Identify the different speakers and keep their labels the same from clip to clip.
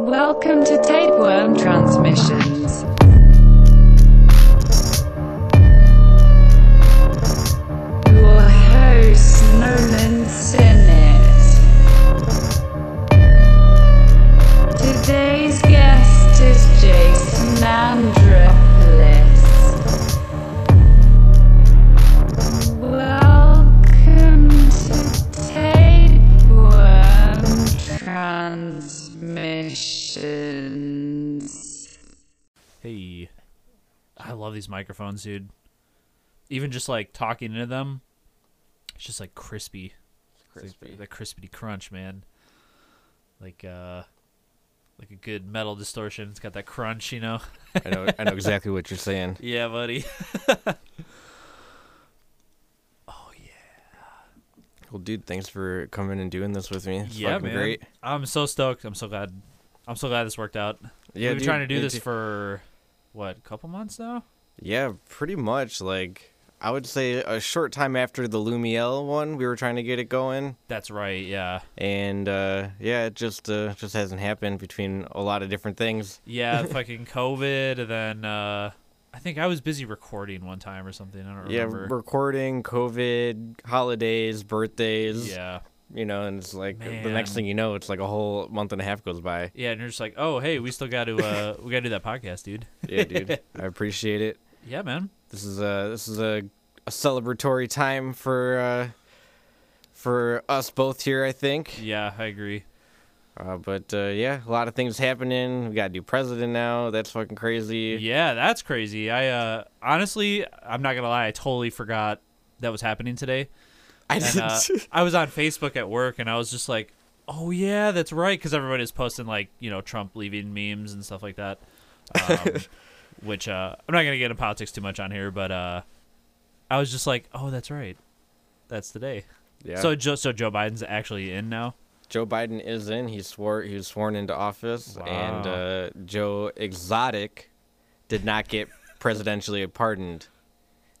Speaker 1: Welcome to Tapeworm Transmissions. Your host, Nolan Sinnett. Today's guest is Jason Andropoulos. Welcome to Tapeworm Transmissions.
Speaker 2: Hey, I love these microphones, dude. Even just like talking into them, it's just like crispy. It's like
Speaker 3: crispy.
Speaker 2: that crispity crunch, man. Like uh, like a good metal distortion. It's got that crunch, you know.
Speaker 3: I know I know exactly what you're saying.
Speaker 2: Yeah, buddy.
Speaker 3: Well, dude, thanks for coming and doing this with me. It's
Speaker 2: yeah,
Speaker 3: fucking
Speaker 2: man.
Speaker 3: great.
Speaker 2: I'm so stoked. I'm so glad. I'm so glad this worked out.
Speaker 3: Yeah,
Speaker 2: We've been
Speaker 3: dude,
Speaker 2: trying to do
Speaker 3: me
Speaker 2: this
Speaker 3: too.
Speaker 2: for what, couple months now?
Speaker 3: Yeah, pretty much. Like I would say a short time after the Lumiel one, we were trying to get it going,
Speaker 2: That's right. Yeah.
Speaker 3: and uh, yeah, it just uh, just hasn't happened between a lot of different things.
Speaker 2: Yeah, fucking COVID, and then uh, I think I was busy recording one time or something. I don't
Speaker 3: Yeah,
Speaker 2: remember.
Speaker 3: recording, COVID, holidays, birthdays.
Speaker 2: yeah,
Speaker 3: you know, and it's like the
Speaker 2: Man.
Speaker 3: next thing you know, it's like a whole month and a half goes by.
Speaker 2: yeah, and you're just like, oh, hey, we still got to, uh, we got to do that podcast, dude.
Speaker 3: Yeah, dude, I appreciate it.
Speaker 2: Yeah, man.
Speaker 3: this is a this is a, a celebratory time for uh, for us both here, I think.
Speaker 2: Yeah, I agree.
Speaker 3: Uh, but uh, yeah, a lot of things happening. We got a new president now. That's fucking crazy.
Speaker 2: Yeah, that's crazy. I uh, honestly, I'm not gonna lie, I totally forgot that was happening today.
Speaker 3: I
Speaker 2: And, uh,
Speaker 3: didn't-
Speaker 2: I was on Facebook at work, and I was just like, oh yeah, that's right, because everybody is posting like you know Trump leaving memes and stuff like that. Um, which uh, I'm not gonna get into politics too much on here, but uh, I was just like, oh, that's right, that's today.
Speaker 3: yeah.
Speaker 2: So Joe, so Joe Biden's actually in now.
Speaker 3: Joe Biden is in. He swore he was sworn into office, and
Speaker 2: Wow.
Speaker 3: uh, Joe Exotic did not get presidentially pardoned.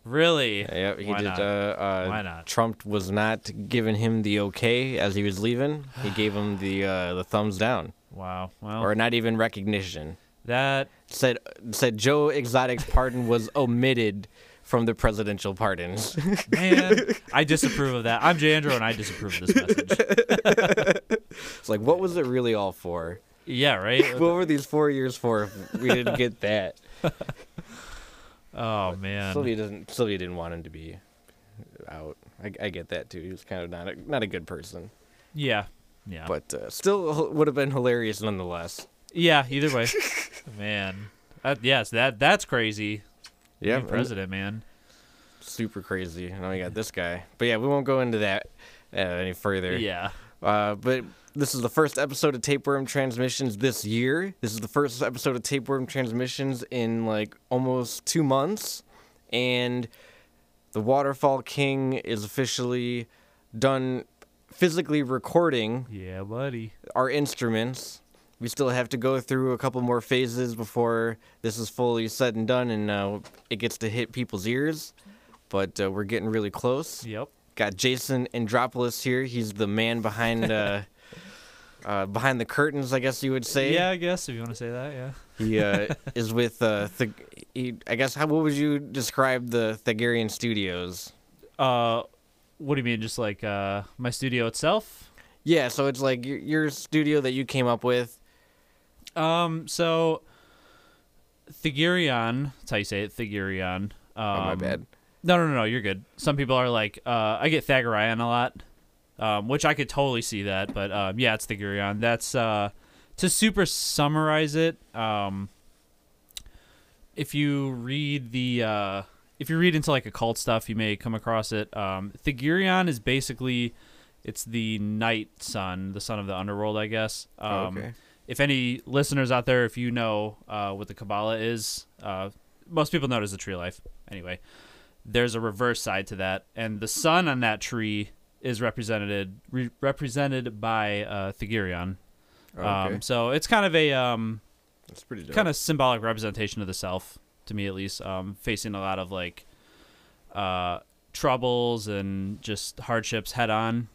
Speaker 2: Really?
Speaker 3: Yep, he
Speaker 2: Why
Speaker 3: did.
Speaker 2: not?
Speaker 3: Uh, uh,
Speaker 2: Why not?
Speaker 3: Trump was not giving him the okay as he was leaving. He gave him the uh, the thumbs down,
Speaker 2: wow. Well,
Speaker 3: or not even recognition.
Speaker 2: that
Speaker 3: said said Joe Exotic's pardon was omitted from the presidential pardons.
Speaker 2: man, I disapprove of that. I'm Jandro, and I disapprove of this message.
Speaker 3: it's like, what was it really all for?
Speaker 2: Yeah, right.
Speaker 3: What were these four years for? If we didn't get that.
Speaker 2: Oh man.
Speaker 3: Sylvia doesn't. Sylvia didn't want him to be out. I, I get that too. He was kind of not a, not a good person,
Speaker 2: Yeah. Yeah.
Speaker 3: but uh, still h- would have been hilarious nonetheless.
Speaker 2: Yeah, either way. man. That, yes, that that's crazy.
Speaker 3: Yeah,
Speaker 2: New president, man.
Speaker 3: super crazy. And then we got this guy. But yeah, we won't go into that uh, any further.
Speaker 2: Yeah.
Speaker 3: Uh, but this is the first episode of Tapeworm Transmissions this year. This is the first episode of Tapeworm Transmissions in like almost two months. And the Waterfall King is officially done physically recording
Speaker 2: Yeah, buddy.
Speaker 3: our instruments. We still have to go through a couple more phases before this is fully said and done and uh, it gets to hit people's ears. But uh, we're getting really close
Speaker 2: Yep.
Speaker 3: got Jason Andropoulos here. He's the man behind uh, uh, behind the curtains, I guess you would say.
Speaker 2: Yeah, I guess if you want to say that, yeah.
Speaker 3: He uh, is with uh, Th- he, I guess how what would you describe the Thagarian Studios?
Speaker 2: Uh what do you mean just like uh my studio itself?
Speaker 3: Yeah, so it's like your, your studio that you came up with.
Speaker 2: Um so Thigirion, that's how you say it, Thigirion. Um,
Speaker 3: Oh, my bad.
Speaker 2: No, no, no, no, you're good. Some people are like, uh, I get Thagorion a lot, um, which I could totally see that. But um, yeah, it's Thagorion. That's uh, to super summarize it. Um, if you read the, uh, if you read into like occult stuff, you may come across it. Um, Thagirion is basically, it's the night sun, the sun of the underworld, I guess. Um,
Speaker 3: Oh, okay.
Speaker 2: If any listeners out there, if you know uh, what the Kabbalah is, uh, most people know it as the tree of life. Anyway, there's a reverse side to that, and the sun on that tree is represented re- represented by uh, Thagirion. Um, so it's kind of a um,
Speaker 3: That's pretty dope.
Speaker 2: kind of symbolic representation of the self to me at least um, facing a lot of like uh, troubles and just hardships head on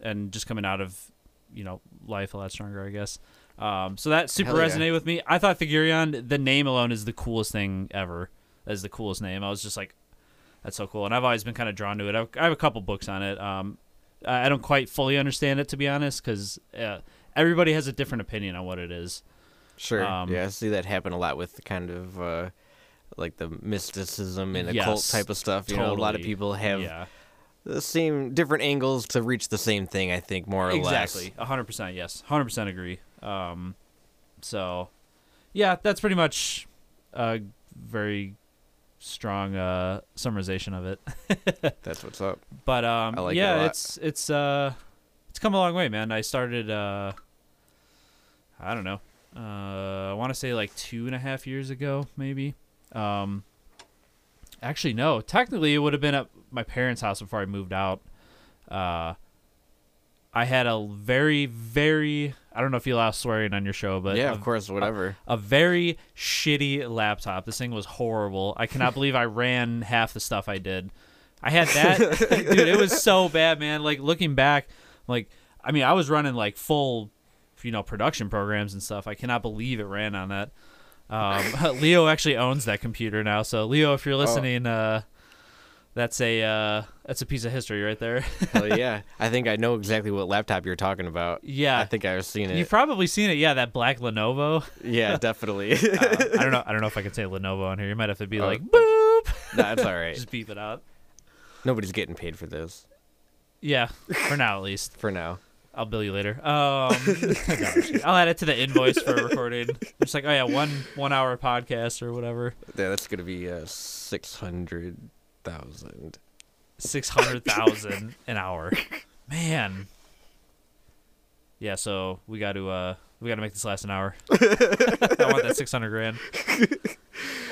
Speaker 2: and just coming out of you know life a lot stronger i guess Um, so that super
Speaker 3: Hell yeah.
Speaker 2: resonated with me. I thought Figurion, the name alone is the coolest thing ever. That's the coolest name. I was just like, that's so cool. And I've always been kind of drawn to it. I've, I have a couple books on it. Um, I I don't quite fully understand it, to be honest, because uh, everybody has a different opinion on what it is.
Speaker 3: Sure.
Speaker 2: Um,
Speaker 3: yeah, I see that happen a lot with the kind of uh, like the mysticism and occult
Speaker 2: Yes,
Speaker 3: type of stuff. You know, a lot of
Speaker 2: totally.
Speaker 3: people have
Speaker 2: yeah.
Speaker 3: the same different angles to reach the same thing. I think more or less.
Speaker 2: Exactly. 100%. Yes. 100% agree. Um, so, yeah, that's pretty much a very strong uh, summarization of it.
Speaker 3: That's what's up.
Speaker 2: But um,
Speaker 3: I like it a
Speaker 2: yeah,
Speaker 3: lot.
Speaker 2: it's it's uh, it's come a long way, man. I started uh, I don't know, uh, I want to say like two and a half years ago, maybe. Um, actually, no, technically it would have been at my parents' house before I moved out. Uh, I had a very, very I don't know if you allow swearing on your show, but
Speaker 3: yeah,
Speaker 2: a
Speaker 3: of course, whatever.
Speaker 2: a very shitty laptop. This thing was horrible. I cannot believe I ran half the stuff I did. I had that, dude. It was so bad, man. Like looking back, like I mean, I was running like full, you know, production programs and stuff. I cannot believe it ran on that. Um, Leo actually owns that computer now. So Leo, if you're listening, uh, that's a uh, that's a piece of history right there.
Speaker 3: Hell yeah. I think I know exactly what laptop you're talking about.
Speaker 2: Yeah.
Speaker 3: I think I've seen it.
Speaker 2: You've probably seen it, yeah. That black Lenovo.
Speaker 3: yeah, definitely.
Speaker 2: Uh, I don't know. I don't know if I can say Lenovo on here. You might have to be
Speaker 3: Oh,
Speaker 2: like boop.
Speaker 3: That's all right.
Speaker 2: Just beep it out.
Speaker 3: Nobody's getting paid for this
Speaker 2: Yeah, for now at least.
Speaker 3: for now.
Speaker 2: I'll bill you later. Um, no, I'm just kidding. I'll add it to the invoice for recording. It's like, oh yeah, one one hour podcast or whatever,
Speaker 3: Yeah, that's gonna be uh, six hundred thousand.
Speaker 2: six hundred thousand an hour. Man. Yeah, so we got to uh we got to make this last an hour. I want that six hundred grand.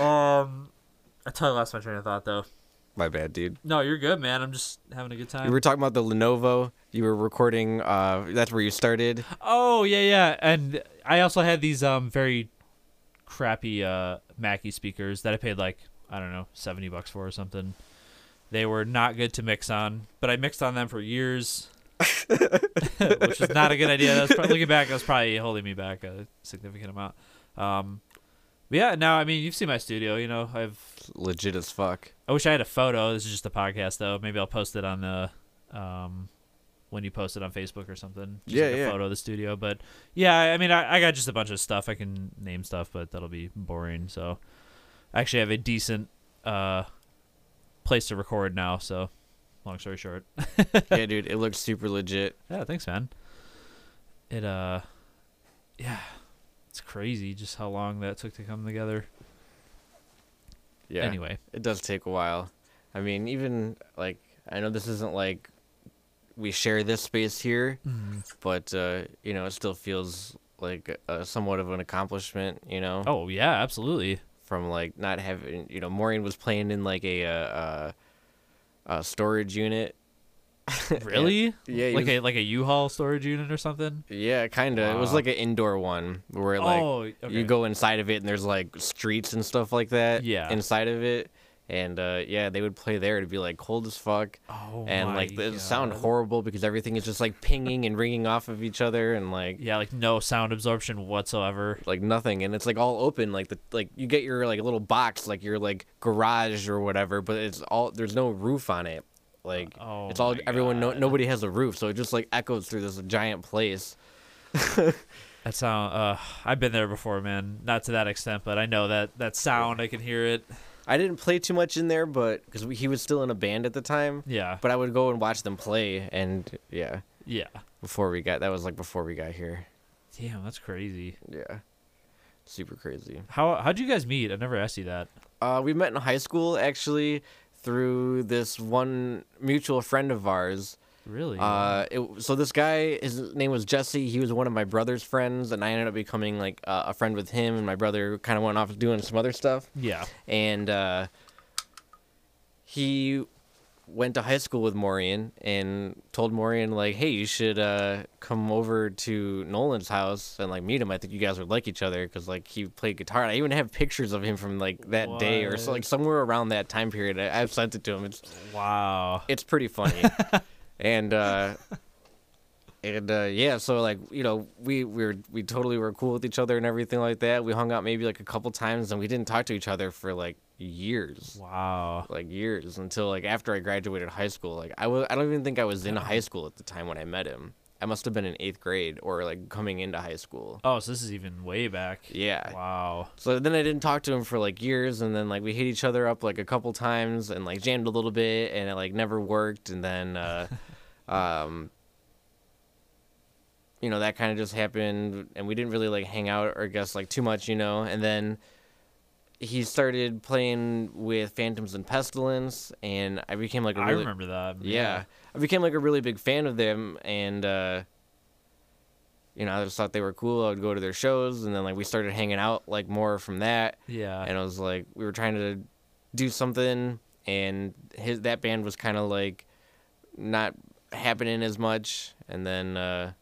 Speaker 2: Um, I totally lost my train of thought though.
Speaker 3: My bad, dude.
Speaker 2: No, you're good, man. I'm just having a good time.
Speaker 3: We were talking about the Lenovo. You were recording. Uh, that's where you started.
Speaker 2: Oh yeah, yeah. And I also had these um very crappy uh Mackie speakers that I paid like I don't know seventy bucks for or something. They were not good to mix on, but I mixed on them for years, which was not a good idea. That's probably, looking back, that was probably holding me back a significant amount. Um, but yeah, now I mean you've seen my studio. You know, I've
Speaker 3: Legit as fuck.
Speaker 2: I wish I had a photo. This is just a podcast though. Maybe I'll post it on the um when you post it on Facebook or something. Just
Speaker 3: Yeah,
Speaker 2: like a
Speaker 3: yeah.
Speaker 2: photo of the studio. But yeah, I I mean I, I got just a bunch of stuff. I can name stuff, but that'll be boring. So I actually have a decent uh place to record now, so long story short.
Speaker 3: yeah, dude. It looks super legit.
Speaker 2: Yeah, thanks man. It uh yeah. It's crazy just how long that took to come together.
Speaker 3: Yeah.
Speaker 2: Anyway.
Speaker 3: it does take a while. I mean, even like I know this isn't like we share this space here,
Speaker 2: Mm-hmm.
Speaker 3: but uh, you know, it still feels like uh, somewhat of an accomplishment. You know,
Speaker 2: Oh yeah, absolutely.
Speaker 3: from like not having you know, Maureen was playing in like a uh, uh, uh, storage unit.
Speaker 2: Really?
Speaker 3: Yeah, you
Speaker 2: Like
Speaker 3: was-
Speaker 2: a like a U-Haul storage unit or something?
Speaker 3: Yeah, kind of. It was
Speaker 2: Wow.
Speaker 3: like an indoor one where like
Speaker 2: Oh, okay.
Speaker 3: you go inside of it and there's like streets and stuff like that.
Speaker 2: Yeah.
Speaker 3: inside of it. And uh, yeah, they would play there. It'd be like cold as fuck.
Speaker 2: Oh
Speaker 3: and
Speaker 2: my
Speaker 3: like the
Speaker 2: God.
Speaker 3: sound horrible because everything is just like pinging and ringing off of each other and like
Speaker 2: Yeah, like no sound absorption whatsoever.
Speaker 3: like nothing and it's like all open like the like you get your like little box like your like garage or whatever but it's all there's no roof on it like
Speaker 2: Oh
Speaker 3: it's all
Speaker 2: my
Speaker 3: everyone no,
Speaker 2: God.
Speaker 3: nobody has a roof so it just like echoes through this giant place
Speaker 2: That sound. Uh, I've been there before, man. Not to that extent, but I know that that sound. I can hear it.
Speaker 3: I didn't play too much in there but because he was still in a band at the time
Speaker 2: Yeah.
Speaker 3: but I would go and watch them play and yeah
Speaker 2: yeah.
Speaker 3: before we got that was like before we got here
Speaker 2: Damn, that's crazy.
Speaker 3: yeah super crazy
Speaker 2: How how'd you guys meet? I never asked you that.
Speaker 3: Uh, we met in high school actually through this one mutual friend of ours.
Speaker 2: Really?
Speaker 3: Uh, it, so this guy, his name was Jesse. He was one of my brother's friends, and I ended up becoming like uh, a friend with him. And my brother kind of went off doing some other stuff,
Speaker 2: yeah.
Speaker 3: and uh, he went to high school with Maureen and told Maureen like, "Hey, you should uh, come over to Nolan's house and like meet him. I think you guys would like each other because like he played guitar. And I even have pictures of him from like that day or so, like
Speaker 2: What?
Speaker 3: somewhere around that time period. I, I've sent it to him. It's
Speaker 2: Wow.
Speaker 3: it's pretty funny, and uh, And uh, yeah, so like you know, we we were we totally were cool with each other and everything like that. We hung out maybe like a couple times, and we didn't talk to each other for like years,
Speaker 2: Wow.
Speaker 3: like years until like after I graduated high school. Like I was, I don't even think I was in high school at the time when I met him. I must have been in eighth grade or like coming into high school.
Speaker 2: Oh, so this is even way back.
Speaker 3: Yeah.
Speaker 2: Wow.
Speaker 3: So then I didn't talk to him for like years, and then like we hit each other up like a couple times, and like jammed a little bit, and it like never worked, and then, uh, um, you know, that kind of just happened, and we didn't really like hang out or guess like too much, you know, and then he started playing with Phantoms and Pestilence, and I became like a
Speaker 2: I
Speaker 3: really
Speaker 2: remember that.
Speaker 3: yeah. I became like a really big fan of them and uh you know, I just thought they were cool. I would go to their shows and then like we started hanging out like more from that.
Speaker 2: Yeah.
Speaker 3: And I was like we were trying to do something and his that band was kind of like not happening as much and then uh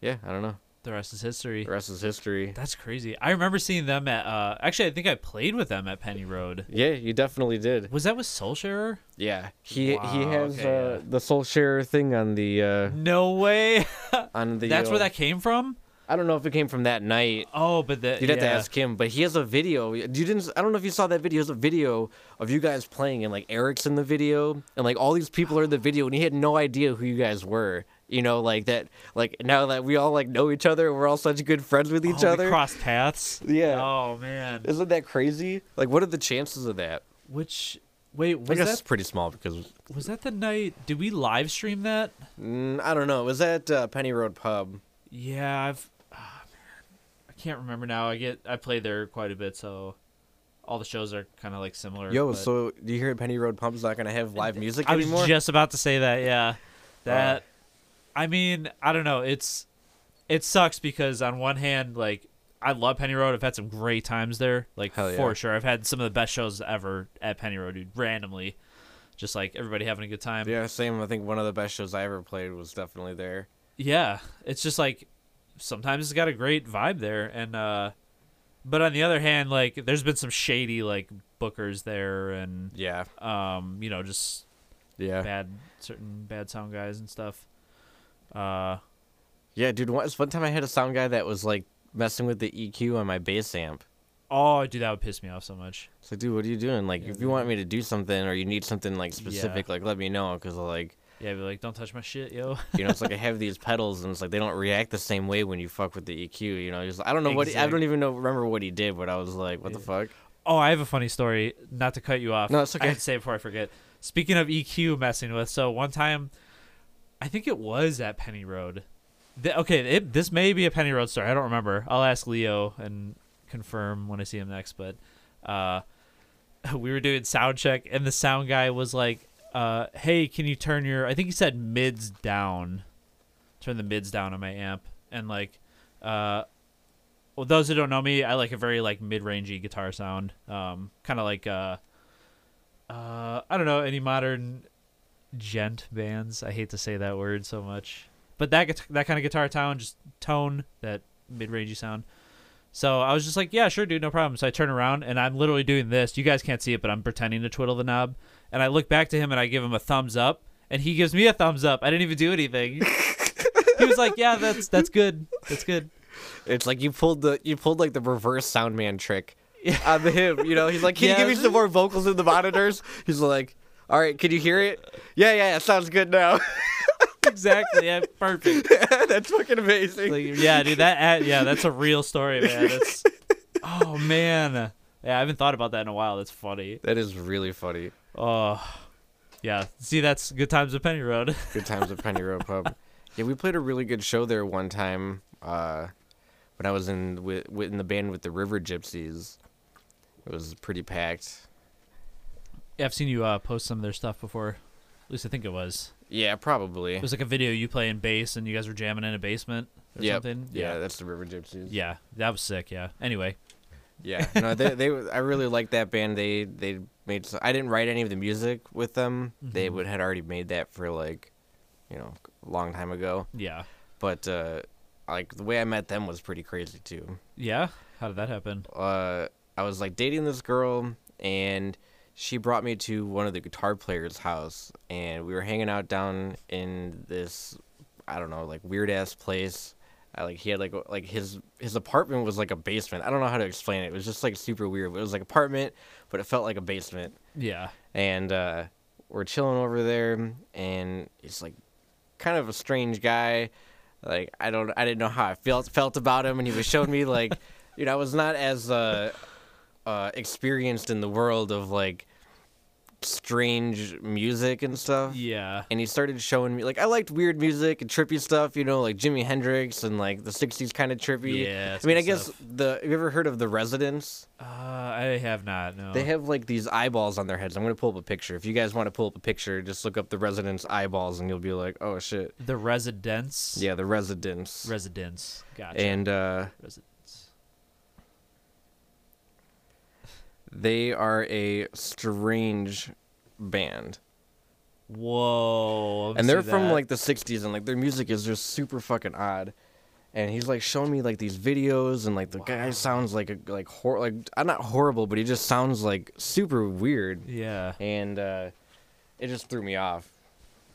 Speaker 3: yeah, I don't know.
Speaker 2: The rest is history.
Speaker 3: The rest is history.
Speaker 2: That's crazy. I remember seeing them at. Uh, actually, I think I played with them at Penny Road.
Speaker 3: Yeah, you definitely did.
Speaker 2: Was that with Soulsharer?
Speaker 3: Yeah. He he
Speaker 2: Wow,
Speaker 3: has
Speaker 2: okay,
Speaker 3: uh,
Speaker 2: yeah.
Speaker 3: the soul share thing on the uh
Speaker 2: No way.
Speaker 3: on the
Speaker 2: That's where
Speaker 3: uh,
Speaker 2: that came from.
Speaker 3: I don't know if it came from that night
Speaker 2: Oh, but that.
Speaker 3: You'd have
Speaker 2: yeah.
Speaker 3: to ask him, but he has a video. You didn't. I don't know if you saw that video. It's a video of you guys playing, and like Eric's in the video, and like all these people are in the video, and he had no idea who you guys were. You know, like that. Like now that we all like know each other, we're all such good friends with
Speaker 2: Oh,
Speaker 3: each
Speaker 2: we
Speaker 3: other.
Speaker 2: crossed paths.
Speaker 3: Yeah.
Speaker 2: Oh man.
Speaker 3: Isn't that crazy? Like, what are the chances of that?
Speaker 2: Which. Wait,
Speaker 3: I
Speaker 2: was
Speaker 3: guess it's
Speaker 2: that
Speaker 3: pretty small because
Speaker 2: was that the night? Did we live stream that?
Speaker 3: mm, I don't know. It was at uh, Penny Road Pub.
Speaker 2: Yeah, I've. ah, man. I can't remember now. I get I play there quite a bit, so all the shows are kind of like similar.
Speaker 3: Yo,
Speaker 2: but-
Speaker 3: so do you hear Penny Road Pub's not gonna have live music
Speaker 2: I was
Speaker 3: anymore?
Speaker 2: just about to say that. Yeah, that. Uh, I mean, I don't know. It's it sucks because on one hand, like I love Penny Road. I've had some great times there, like
Speaker 3: Hell yeah.
Speaker 2: for sure. I've had some of the best shows ever at Penny Road, dude. Randomly, just like everybody having a good time.
Speaker 3: yeah, same. I think one of the best shows I ever played was definitely there.
Speaker 2: yeah it's just like sometimes it's got a great vibe there and uh but on the other hand like there's been some shady like bookers there and
Speaker 3: Yeah,
Speaker 2: um you know just
Speaker 3: yeah.
Speaker 2: bad certain bad sound guys and stuff uh
Speaker 3: Yeah, dude. Once one time I had a sound guy that was like messing with the EQ on my bass amp.
Speaker 2: oh dude that would piss me off so much
Speaker 3: It's like, dude, what are you doing? Like,
Speaker 2: Yeah,
Speaker 3: if you want me to do something or you need something like specific, like let me know, cause like
Speaker 2: yeah I'd be like don't touch my shit yo
Speaker 3: you know, it's like I have these pedals and it's like they don't react the same way when you fuck with the EQ. You know, just I don't know what he- I don't
Speaker 2: Exact-
Speaker 3: even know remember what he did, but I was like, what the fuck?
Speaker 2: oh i have a funny story not to cut you off
Speaker 3: No, it's okay.
Speaker 2: i had to say it before i forget speaking of eq messing with so one time i think it was at penny road Th- okay, it, this may be a Penny Road story. I don't remember. I'll ask Leo and confirm when I see him next. But uh, we were doing sound check, and the sound guy was like, uh, "Hey, can you turn your?" I think he said mids down. Turn the mids down on my amp, and like, uh, well, those who don't know me, I like a very like mid-rangey guitar sound, um, kind of like uh, uh, I don't know any modern gent bands. I hate to say that word so much, but that guit- that kind of guitar tone, just tone that mid rangey sound. So I was just like, yeah, sure, dude, no problem. So I turn around and I'm literally doing this. You guys can't see it, but I'm pretending to twiddle the knob. And I look back to him and I give him a thumbs up, and he gives me a thumbs up. I didn't even do anything. he was like, yeah, that's that's good, that's good.
Speaker 3: It's like you pulled the you pulled like the reverse sound man trick on the him. You know, he's like, can you
Speaker 2: Yeah.
Speaker 3: give me some more vocals in the monitors? He's like, all right, can you hear it? Yeah, yeah, it sounds good now.
Speaker 2: Exactly, yeah, perfect.
Speaker 3: That's fucking amazing.
Speaker 2: Like, yeah, dude, that ad, yeah, that's a real story, man. That's, oh man, yeah, I haven't thought about that in a while. That's funny.
Speaker 3: That is really funny.
Speaker 2: Oh, yeah. See, that's good times at Penny Road.
Speaker 3: Good times at Penny Road Pub. Yeah, we played a really good show there one time uh, when I was in with, with in the band with the River Gypsies. It was pretty packed.
Speaker 2: yeah, I've seen you uh, post some of their stuff before. At least I think it was.
Speaker 3: Yeah, probably.
Speaker 2: It was like a video you playing bass, and you guys were jamming in a basement or
Speaker 3: Yep.
Speaker 2: something.
Speaker 3: Yeah,
Speaker 2: yeah,
Speaker 3: that's the River Gypsies.
Speaker 2: yeah, that was sick. Yeah. Anyway,
Speaker 3: Yeah, no, they, they were- I really liked that band. They they made some, I didn't write any of the music with them. They
Speaker 2: Mm-hmm.
Speaker 3: would had already made that for like, you know, a long time ago.
Speaker 2: yeah,
Speaker 3: But uh, like the way I met them was pretty crazy too.
Speaker 2: yeah. How did that happen?
Speaker 3: uh, I was like dating this girl, and she brought me to one of the guitar players' house, and we were hanging out down in this I don't know, like weird ass place. I, like he had like w- like his his apartment was like a basement. I don't know how to explain it. It was just like super weird. But it was like apartment, but it felt like a basement.
Speaker 2: Yeah.
Speaker 3: And uh, we're chilling over there, and he's like kind of a strange guy. Like I don't I didn't know how I felt felt about him, and he was showing me like, you know, I was not as uh, uh, experienced in the world of like strange music and stuff
Speaker 2: Yeah.
Speaker 3: and he started showing me like I liked weird music and trippy stuff, you know, like Jimi Hendrix and like the '60s kind of trippy.
Speaker 2: Yeah, that's
Speaker 3: I mean,
Speaker 2: good
Speaker 3: I guess
Speaker 2: stuff.
Speaker 3: the have you ever heard of the Residents?
Speaker 2: Uh, I have not. No.
Speaker 3: They have like these eyeballs on their heads. I'm gonna pull up a picture. If you guys want to pull up a picture, just look up the Residents eyeballs, and you'll be like, oh shit.
Speaker 2: the residents.
Speaker 3: Yeah, the Residents.
Speaker 2: Residents. Gotcha.
Speaker 3: and uh,
Speaker 2: residents.
Speaker 3: they are a strange band.
Speaker 2: Whoa. let me
Speaker 3: and they're
Speaker 2: see
Speaker 3: from
Speaker 2: that.
Speaker 3: like the 60s and like their music is just super fucking odd and he's like showing me like these videos and like the guy sounds like a like hor- like i'm not horrible but he just sounds like super weird
Speaker 2: Yeah.
Speaker 3: and uh it just threw me off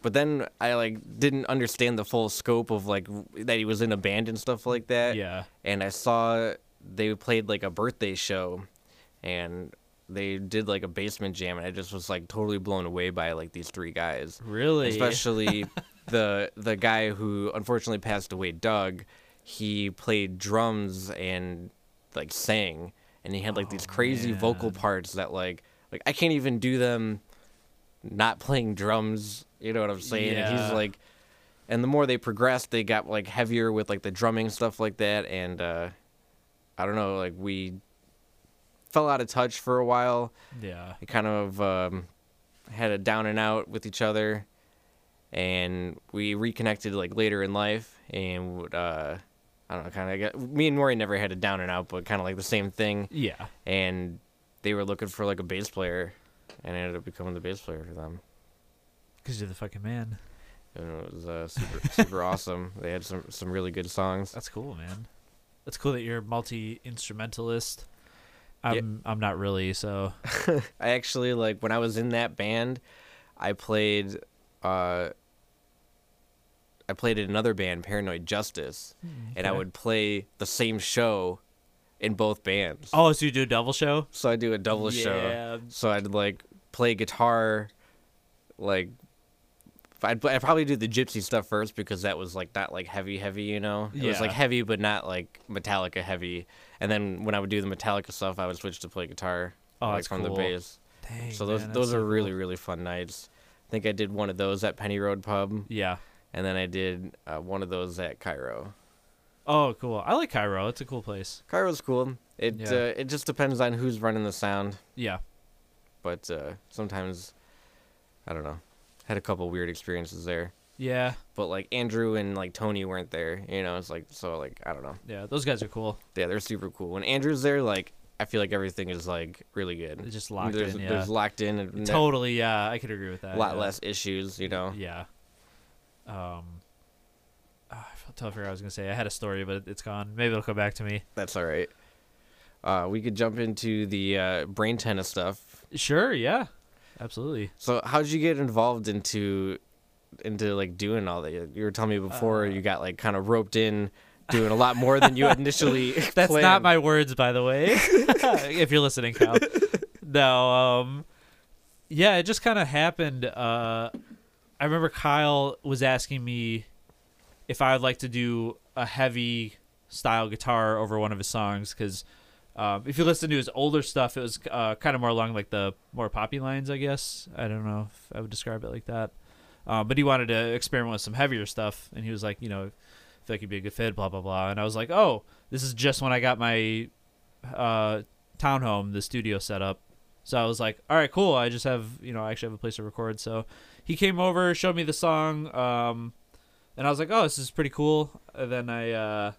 Speaker 3: but then i like didn't understand the full scope of like w- that he was in a band and stuff like that
Speaker 2: Yeah.
Speaker 3: and I saw they played like a birthday show, and they did like a basement jam, and I just was like totally blown away by like these three guys.
Speaker 2: Really?
Speaker 3: especially the the guy who unfortunately passed away, Doug. He played drums and like sang, and he had like
Speaker 2: Oh,
Speaker 3: these crazy vocal parts that like like I can't even do them, not playing drums. You know what I'm saying? And he's
Speaker 2: Yeah.
Speaker 3: like and the more they progressed they got like heavier with like the drumming stuff like that and uh i don't know like we fell out of touch for a while
Speaker 2: Yeah.
Speaker 3: we kind of um had a down and out with each other and we reconnected like later in life and would, uh i don't know kind of got me and Maury never had a down and out but kind of like the same thing
Speaker 2: Yeah.
Speaker 3: and they were looking for like a bass player and I ended up becoming the bass player for them
Speaker 2: Because you're the fucking man.
Speaker 3: and it was uh, super super awesome. They had some some really good songs.
Speaker 2: That's cool, man. That's cool that you're multi instrumentalist. I'm I'm not really so.
Speaker 3: I actually like when I was in that band, I played uh I played in another band, Paranoid Justice, and
Speaker 2: Hmm,
Speaker 3: I
Speaker 2: okay.
Speaker 3: would play the same show in both bands.
Speaker 2: Oh, so you do a double show?
Speaker 3: So I do a double
Speaker 2: Yeah.
Speaker 3: show. So I'd like play guitar like I'd, I'd probably do the gypsy stuff first because that was like not like heavy heavy you know it was like
Speaker 2: Yeah.
Speaker 3: heavy but not like metallica heavy and then when i would do the metallica stuff i would switch to play guitar
Speaker 2: Oh,
Speaker 3: like
Speaker 2: that's
Speaker 3: from the
Speaker 2: cool.
Speaker 3: bass
Speaker 2: Dang,
Speaker 3: so those
Speaker 2: man, that's
Speaker 3: those
Speaker 2: so
Speaker 3: are
Speaker 2: cool.
Speaker 3: really really fun nights i think i did one of those at penny road pub
Speaker 2: Yeah.
Speaker 3: and then i did uh, one of those at cairo
Speaker 2: Oh, cool. I like Cairo. It's a cool place.
Speaker 3: cairo's cool it
Speaker 2: Yeah.
Speaker 3: uh, it just depends on who's running the sound
Speaker 2: Yeah.
Speaker 3: but uh, sometimes i don't know had a couple weird experiences there
Speaker 2: Yeah.
Speaker 3: but like andrew and like tony weren't there you know it's like so like i don't know
Speaker 2: Yeah. Those guys are cool.
Speaker 3: yeah they're super cool when andrew's there like i feel like everything is like really good
Speaker 2: It's just locked
Speaker 3: there's,
Speaker 2: in, yeah.
Speaker 3: there's locked in and ne-
Speaker 2: Totally. Yeah. I could agree with that.
Speaker 3: a lot
Speaker 2: yeah.
Speaker 3: less issues you know
Speaker 2: Yeah. Um. ah, I felt tough here. I was gonna say I had a story, but it- it's gone. Maybe it'll come back to me.
Speaker 3: that's all right uh, we could jump into the uh, brain tennis stuff
Speaker 2: Sure. Yeah. Absolutely.
Speaker 3: so how did you get involved into into like doing all that you were telling me before you got like kind of roped in doing a lot more than you initially
Speaker 2: That's not
Speaker 3: planned.
Speaker 2: my words, by the way. if you're listening, Kyle. No, um, yeah, it just kind of happened. Uh, I remember Kyle was asking me if I would like to do a heavy style guitar over one of his songs because um, if you listen to his older stuff, it was uh, kind of more along like the more poppy lines, I guess. I don't know if I would describe it like that. Uh, but he wanted to experiment with some heavier stuff, and he was like, you know, I feel like you'd be a good fit, blah blah blah. And I was like, oh, this is just when I got my uh, townhome, the studio set up. So I was like, all right, cool. I just have, you know, I actually have a place to record. So he came over, showed me the song, um, and I was like, oh, this is pretty cool. And then I uh,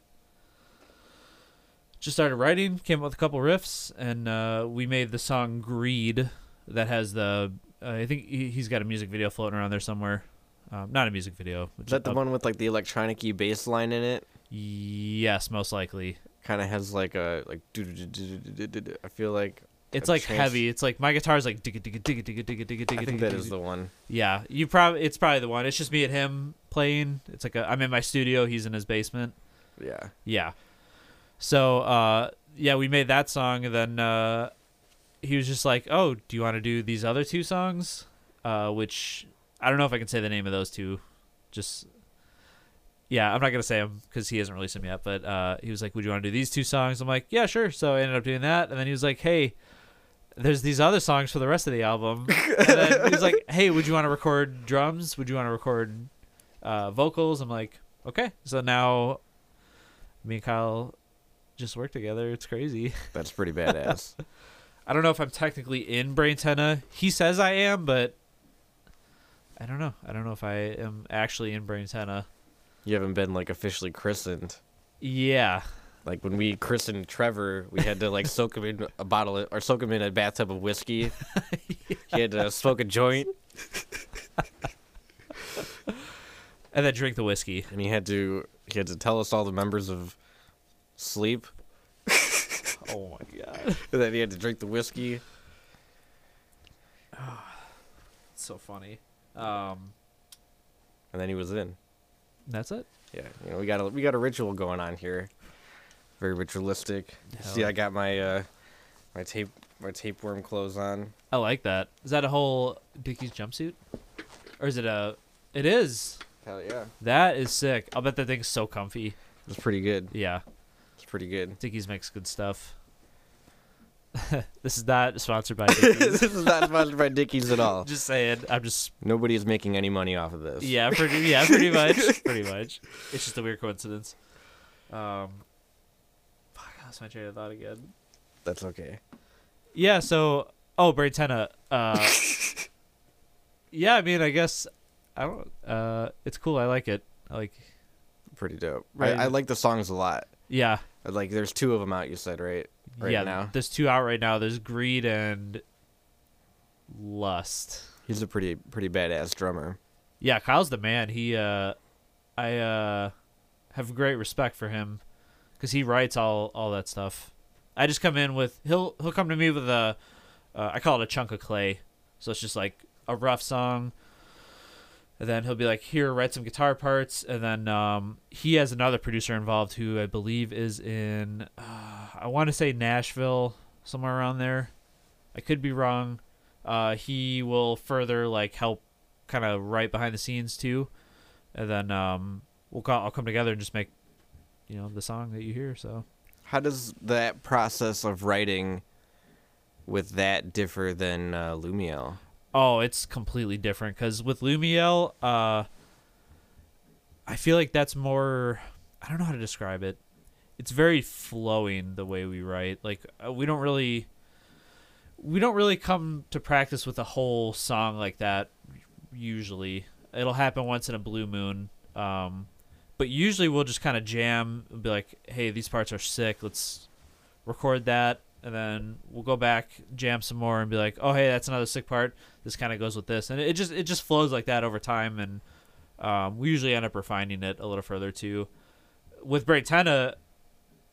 Speaker 2: just started writing, came up with a couple riffs, and uh, we made the song "Greed" that has the. Uh, I think he- he's got a music video floating around there somewhere. Um, not a music video.
Speaker 3: Is that the
Speaker 2: one?
Speaker 3: one with like the electronic y bass line in it?
Speaker 2: Yes, most likely.
Speaker 3: Kind of has like a like. doo-doo-doo-doo-doo-doo-doo-doo. I feel like
Speaker 2: It's like
Speaker 3: trans-
Speaker 2: heavy. It's like my guitar's like digga digga digga digga digga digga digga.
Speaker 3: I think that is the one.
Speaker 2: Yeah, you probably it's probably the one. It's just me and him playing. It's like a, I'm in my studio. He's in his basement.
Speaker 3: Yeah.
Speaker 2: Yeah. So uh, yeah, we made that song, and then uh, he was just like, "Oh, do you want to do these other two songs?" Uh, which I don't know if I can say the name of those two. Just yeah, I'm not gonna say them because he hasn't released them yet. But uh, he was like, "Would you want to do these two songs?" I'm like, "Yeah, sure." So I ended up doing that, and then he was like, "Hey." There's these other songs for the rest of the album. And then he was like, "Hey, would you want to record drums? Would you want to record uh, vocals?" I'm like, "Okay." So now me and Kyle just work together. It's crazy.
Speaker 3: That's pretty badass.
Speaker 2: I don't know if I'm technically in Brain Tenna. He says I am, but I don't know. I don't know if I am actually in Brain Tenna.
Speaker 3: you haven't been like officially christened.
Speaker 2: Yeah.
Speaker 3: Like when we christened Trevor, we had to like soak him in a bottle of, or soak him in a bathtub of whiskey. He had to smoke a joint,
Speaker 2: And then drink the whiskey.
Speaker 3: and he had to he had to tell us all the members of Sleep,
Speaker 2: Oh my god.
Speaker 3: and then he had to drink the whiskey.
Speaker 2: It's so funny. Um
Speaker 3: and then he was in.
Speaker 2: that's it?
Speaker 3: Yeah, you know, we got a we got a ritual going on here. Very ritualistic.
Speaker 2: Hell
Speaker 3: See,
Speaker 2: yeah.
Speaker 3: I got my uh my tape my tapeworm clothes on.
Speaker 2: I like that. Is that a whole Dickies jumpsuit? Or is it a it is.
Speaker 3: Hell yeah.
Speaker 2: That is sick. I'll bet that thing's so comfy.
Speaker 3: It's pretty good.
Speaker 2: Yeah.
Speaker 3: It's pretty good.
Speaker 2: Dickies makes good stuff. this is not sponsored by Dickies.
Speaker 3: this is not sponsored by Dickies at all.
Speaker 2: just saying. I'm just
Speaker 3: Nobody is making any money off of this.
Speaker 2: yeah, pretty yeah, pretty much, pretty much. It's just a weird coincidence. Um, fuck, I lost my train of thought again.
Speaker 3: That's okay.
Speaker 2: Yeah. So, oh, Brain Tenna. Uh, yeah. I mean, I guess I don't. Uh, it's cool. I like it. I like.
Speaker 3: Pretty dope.
Speaker 2: Right.
Speaker 3: I, I like the songs a lot.
Speaker 2: Yeah.
Speaker 3: Like there's two of them out you said, right? Right
Speaker 2: yeah.
Speaker 3: now.
Speaker 2: There's two out right now. There's greed and lust.
Speaker 3: He's a pretty pretty badass drummer.
Speaker 2: Yeah, Kyle's the man. He, uh, I uh, have great respect for him because he writes all all that stuff. I just come in with he'll he'll come to me with a uh, I call it a chunk of clay. So it's just like a rough song, and then he'll be like, "Here, write some guitar parts." And then um, he has another producer involved who I believe is in uh, I want to say Nashville somewhere around there. I could be wrong. Uh, he will further like help kind of right behind the scenes too, and then um, we'll call, I'll come together and just make you know the song that you hear. So
Speaker 3: How does that process of writing with that differ than uh, Lumiel?
Speaker 2: oh, it's completely different because with Lumiel, uh, I feel like that's more I don't know how to describe it. It's very flowing the way we write. Like uh, we don't really we don't really come to practice with a whole song like that usually. It'll happen once in a blue moon. Um, but usually we'll just kind of jam and be like, hey, these parts are sick. Let's record that. And then we'll go back, jam some more, and be like, oh, hey, that's another sick part. This kind of goes with this. And it just, it just flows like that over time. And um, we usually end up refining it a little further too. With Braytana,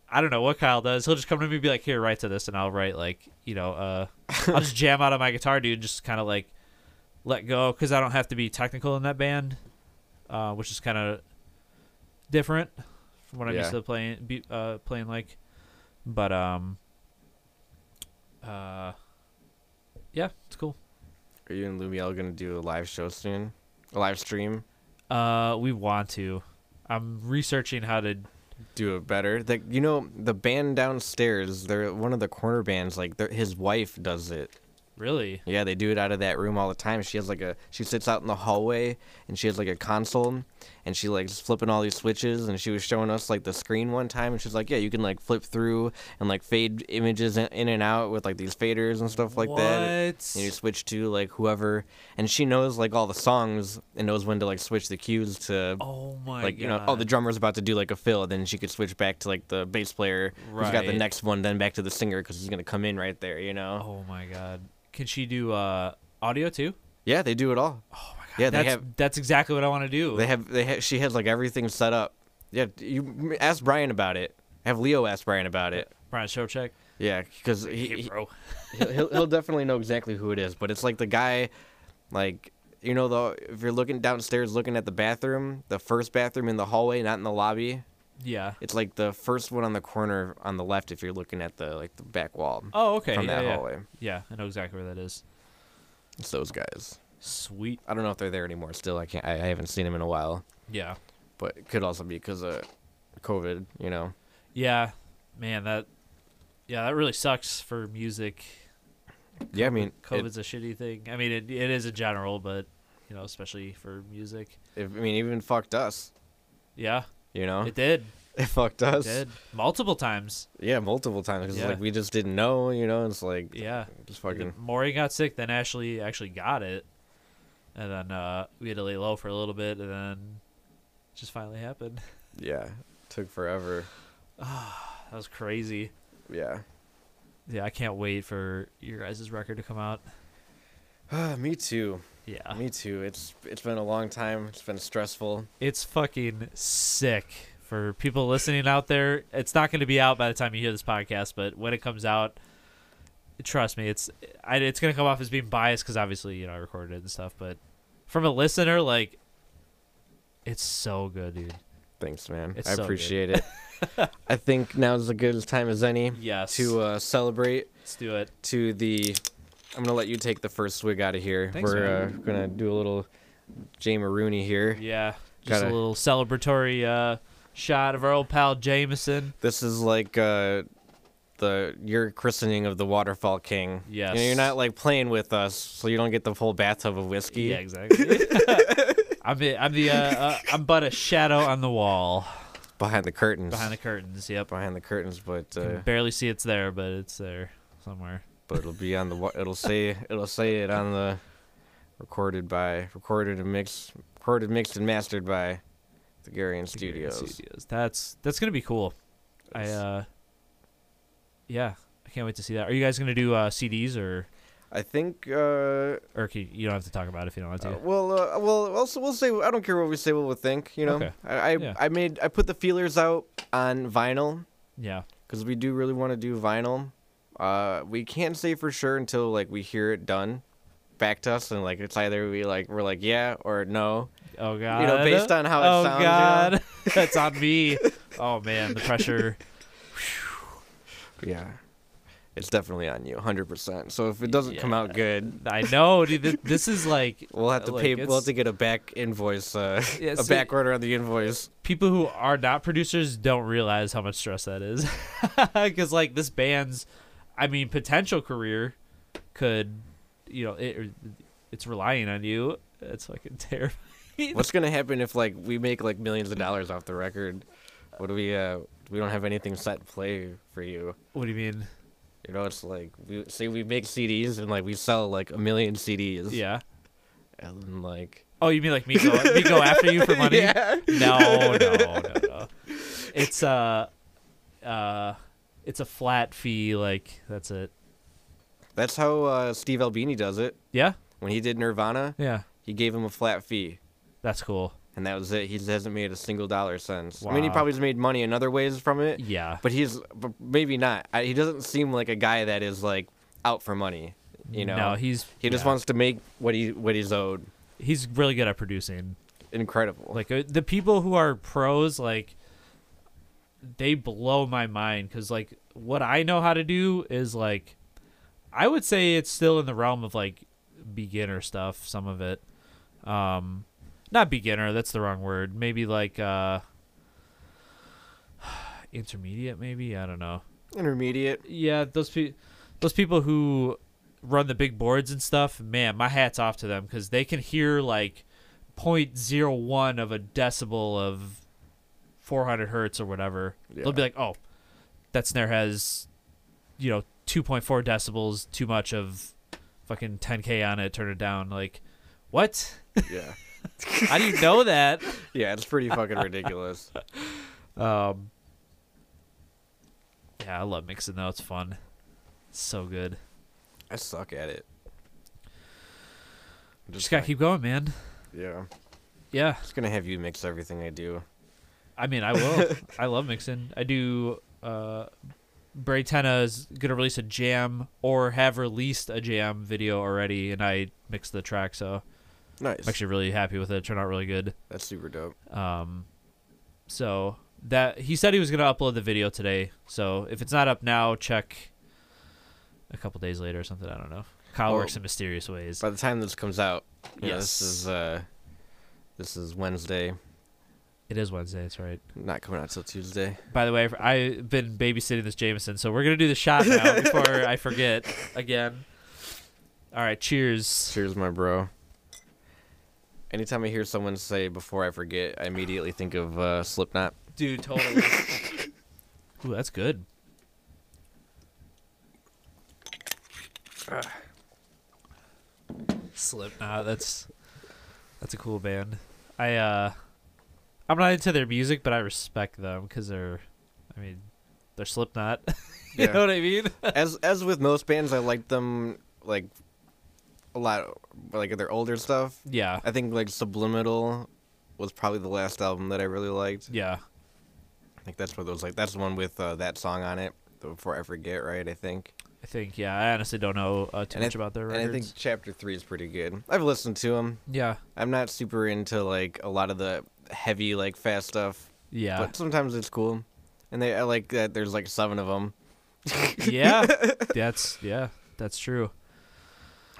Speaker 2: I don't know what Kyle does. He'll just come to me and be like, here, write to this. And I'll write, like, you know, uh, I'll just jam out on my guitar, dude, and just kind of like let go because I don't have to be technical in that band, uh, which is kind of different from what I'm used
Speaker 3: Yeah.
Speaker 2: to playing, be, uh, playing like. But, um, uh, yeah, it's cool.
Speaker 3: Are you and Lumiel gonna do a live show soon? A live stream?
Speaker 2: Uh, we want to. I'm researching how to
Speaker 3: Do it better. Like you know, the band downstairs, they're one of the corner bands. Like their- his wife does it.
Speaker 2: really.
Speaker 3: Yeah, they do it out of that room all the time. She has like a she sits out in the hallway and she has like a console and she like is flipping all these switches and she was showing us like the screen one time and she's like, "Yeah, you can like flip through and like fade images in- in and out with like these faders and stuff like that."
Speaker 2: What?
Speaker 3: And you switch to like whoever and she knows like all the songs and knows when to like switch the cues to
Speaker 2: Oh my
Speaker 3: like
Speaker 2: god!
Speaker 3: you know, oh the drummer's about to do like a fill, then she could switch back to like the bass player who's got the
Speaker 2: Right.
Speaker 3: next one, then back to the singer because he's gonna come in right there, you know.
Speaker 2: Oh my god! Can she do uh audio too?
Speaker 3: Yeah, they do it all. Oh my god. Yeah, they
Speaker 2: that's
Speaker 3: have
Speaker 2: that's exactly what I want to do.
Speaker 3: they have they ha- she has like everything set up. Yeah, you m- ask Brian about it. Have Leo ask Brian about it.
Speaker 2: Brian Showcheck.
Speaker 3: Yeah, because he,
Speaker 2: Hey,
Speaker 3: he-
Speaker 2: bro.
Speaker 3: he'll, he'll he'll definitely know exactly who it is. But it's like the guy, like you know, the if you're looking downstairs, looking at the bathroom, the first bathroom in the hallway, not in the lobby.
Speaker 2: Yeah.
Speaker 3: It's like the first one on the corner on the left if you're looking at the like the back wall.
Speaker 2: Oh, okay.
Speaker 3: From
Speaker 2: yeah,
Speaker 3: that
Speaker 2: yeah.
Speaker 3: hallway.
Speaker 2: Yeah, I know exactly where that is.
Speaker 3: It's those guys.
Speaker 2: Sweet.
Speaker 3: I don't know if they're there anymore. Still, I can't. I, I haven't seen them in a while.
Speaker 2: Yeah.
Speaker 3: But it could also be because of COVID. You know.
Speaker 2: Yeah. Man, that. Yeah, that really sucks for music.
Speaker 3: Yeah, I mean, it-
Speaker 2: COVID's a shitty thing. I mean, it, it is in general, but you know, especially for music.
Speaker 3: if- I mean, even fucked us.
Speaker 2: Yeah,
Speaker 3: You know,
Speaker 2: it
Speaker 3: it,
Speaker 2: did.
Speaker 3: fucked
Speaker 2: It
Speaker 3: us.
Speaker 2: did multiple times.
Speaker 3: Yeah, multiple times because
Speaker 2: Yeah.
Speaker 3: like we just didn't know. You know, it's like
Speaker 2: Yeah.
Speaker 3: just
Speaker 2: The-
Speaker 3: fucking.
Speaker 2: Maury got sick, then Ashley actually got it, and then uh, we had to lay low for a little bit, and then it just finally happened.
Speaker 3: Yeah, took forever.
Speaker 2: That was crazy.
Speaker 3: Yeah.
Speaker 2: Yeah, I can't wait for your guys' record to come out.
Speaker 3: Me too.
Speaker 2: Yeah,
Speaker 3: Me too. It's it's been a long time. It's been stressful.
Speaker 2: it's fucking sick. For people listening out there, it's not going to be out by the time you hear this podcast, but when it comes out, trust me, it's I, it's going to come off as being biased because obviously you know I recorded it and stuff. But from a listener, like, it's so good, dude.
Speaker 3: Thanks, man.
Speaker 2: It's
Speaker 3: I
Speaker 2: so good.
Speaker 3: appreciate it. I think now's as good as time as any
Speaker 2: Yes,
Speaker 3: to uh, celebrate.
Speaker 2: let's do it.
Speaker 3: To the, I'm gonna let you take the first swig out of here.
Speaker 2: Thanks,
Speaker 3: We're uh,
Speaker 2: man.
Speaker 3: gonna do a little Jay Maroney here.
Speaker 2: Yeah, just
Speaker 3: Gotta-
Speaker 2: a little celebratory uh, shot of our old pal Jameson.
Speaker 3: This is like uh, the your christening of the Waterfall King. You know, you're
Speaker 2: Yes.
Speaker 3: not like playing with us, so you don't get the full bathtub of whiskey.
Speaker 2: Yeah, exactly. I'm the I'm the uh, uh, I'm but a shadow on the wall
Speaker 3: Behind the curtains.
Speaker 2: behind the curtains. Yep,
Speaker 3: behind the curtains, but uh,
Speaker 2: can barely see it's there, but it's there somewhere.
Speaker 3: but it'll be on the wa- it'll say it'll say it on the recorded by recorded and mixed recorded mixed and mastered by the Garian
Speaker 2: Garion
Speaker 3: Studios.
Speaker 2: Studios. That's that's gonna be cool. I
Speaker 3: It's-
Speaker 2: uh, yeah, I can't wait to see that. Are you guys gonna do uh, CDs or
Speaker 3: I think uh,
Speaker 2: or can, you don't have to talk about it if you don't want to?
Speaker 3: uh, well uh, well also we'll say I don't care what we say what we'll think you know
Speaker 2: Okay.
Speaker 3: I I,
Speaker 2: Yeah.
Speaker 3: I made I put the feelers out on vinyl
Speaker 2: yeah,
Speaker 3: because we do really want to do vinyl. Uh, we can't say for sure until like we hear it done back to us and like it's either we like we're like yeah or no
Speaker 2: Oh god.
Speaker 3: based on how it
Speaker 2: oh,
Speaker 3: sounds,
Speaker 2: Oh
Speaker 3: you know?
Speaker 2: god. That's on me. Oh man, the pressure.
Speaker 3: Yeah. It's definitely on you, 100%. So if it doesn't come out good,
Speaker 2: I know, dude. Th- This is like
Speaker 3: we'll have to
Speaker 2: like,
Speaker 3: pay
Speaker 2: it's-
Speaker 3: we'll have to get a back invoice uh,
Speaker 2: Yeah,
Speaker 3: a
Speaker 2: so-
Speaker 3: back order on the invoice.
Speaker 2: people who are not producers don't realize how much stress that is. Cuz like this band's I mean potential career could you know, it it's relying on you. It's fucking terrifying.
Speaker 3: What's going to happen if like we make like millions of dollars off the record? What do we uh we don't have anything set to play for you?
Speaker 2: What do you mean?
Speaker 3: You know, it's like we say we make CDs and like we sell like a million CDs.
Speaker 2: Yeah.
Speaker 3: And then, like
Speaker 2: Oh, you mean like me go me go after you for money?
Speaker 3: Yeah.
Speaker 2: No, no, no, no. It's uh, uh, it's a flat fee. Like that's it.
Speaker 3: That's how uh, Steve Albini does it.
Speaker 2: Yeah,
Speaker 3: When he did Nirvana,
Speaker 2: yeah.
Speaker 3: he gave him a flat fee.
Speaker 2: That's cool.
Speaker 3: and that was it. He hasn't made a single dollar since. I mean, he
Speaker 2: Wow.
Speaker 3: probably's made money in other ways from it.
Speaker 2: Yeah.
Speaker 3: But he's but maybe not. I, he doesn't seem like a guy that is like out for money. You know,
Speaker 2: no, he's
Speaker 3: he just
Speaker 2: yeah.
Speaker 3: wants to make what he what he's owed.
Speaker 2: He's really good at producing.
Speaker 3: Incredible.
Speaker 2: Like uh, the people who are pros, like they blow my mind because like what I know how to do is like, I would say it's still in the realm of like beginner stuff. Some of it, um, not beginner. That's the wrong word. Maybe like uh, intermediate. Maybe I don't know.
Speaker 3: intermediate.
Speaker 2: Yeah, those pe- those people who run the big boards and stuff, man, my hat's off to them because they can hear like 0.01 of a decibel of 400 hertz or whatever. They'll be like, oh, that snare has, you know, 2.4 decibels too much of fucking 10k on it. Turn it down. Like, what?
Speaker 3: Yeah.
Speaker 2: How do you know that?
Speaker 3: Yeah, it's pretty fucking ridiculous.
Speaker 2: Um, yeah, I love mixing though. It's fun. It's so good.
Speaker 3: I suck at it. I'm
Speaker 2: Just gotta
Speaker 3: like-
Speaker 2: keep going, man.
Speaker 3: Yeah.
Speaker 2: Yeah,
Speaker 3: Just gonna have you mix everything I do.
Speaker 2: I mean, I will. I love mixing. I do uh, Braytena is gonna release a jam or have released a jam video already, and I mixed the track, so
Speaker 3: Nice.
Speaker 2: I'm actually really happy with it. It turned out really good.
Speaker 3: That's super dope.
Speaker 2: Um, so that he said he was gonna upload the video today. So if it's not up now, check a couple days later or something. I don't know. Kyle
Speaker 3: Well,
Speaker 2: works in mysterious ways.
Speaker 3: By the time this comes out, yeah,
Speaker 2: Yes.
Speaker 3: this is uh, this is Wednesday.
Speaker 2: It is Wednesday. That's right.
Speaker 3: Not coming out till Tuesday.
Speaker 2: By the way, I've been babysitting this Jameson, so we're gonna do the shot now before I forget again. All right, cheers.
Speaker 3: Cheers, my bro. Anytime I hear someone say "before I forget," I immediately think of uh, Slipknot.
Speaker 2: Dude, totally. Ooh, that's good. Slipknot, that's that's a cool band. I uh I'm not into their music, but I respect them cuz they're I mean, they're Slipknot. you
Speaker 3: Yeah.
Speaker 2: know what I mean?
Speaker 3: as as with most bands, I like them like a lot, like their older stuff.
Speaker 2: yeah.
Speaker 3: I think like Subliminal was probably the last album that I really liked.
Speaker 2: Yeah.
Speaker 3: I think that's where those like that's the one with uh, that song on it, the "Before I Forget," right? I think.
Speaker 2: I think yeah, I honestly don't know uh, too
Speaker 3: And I-
Speaker 2: much about their records.
Speaker 3: And I think Chapter Three is pretty good. I've listened to them.
Speaker 2: yeah.
Speaker 3: I'm not super into like a lot of the heavy like fast stuff,
Speaker 2: Yeah.
Speaker 3: but sometimes it's cool. And they I like that there's like seven of them.
Speaker 2: yeah. That's yeah, that's true.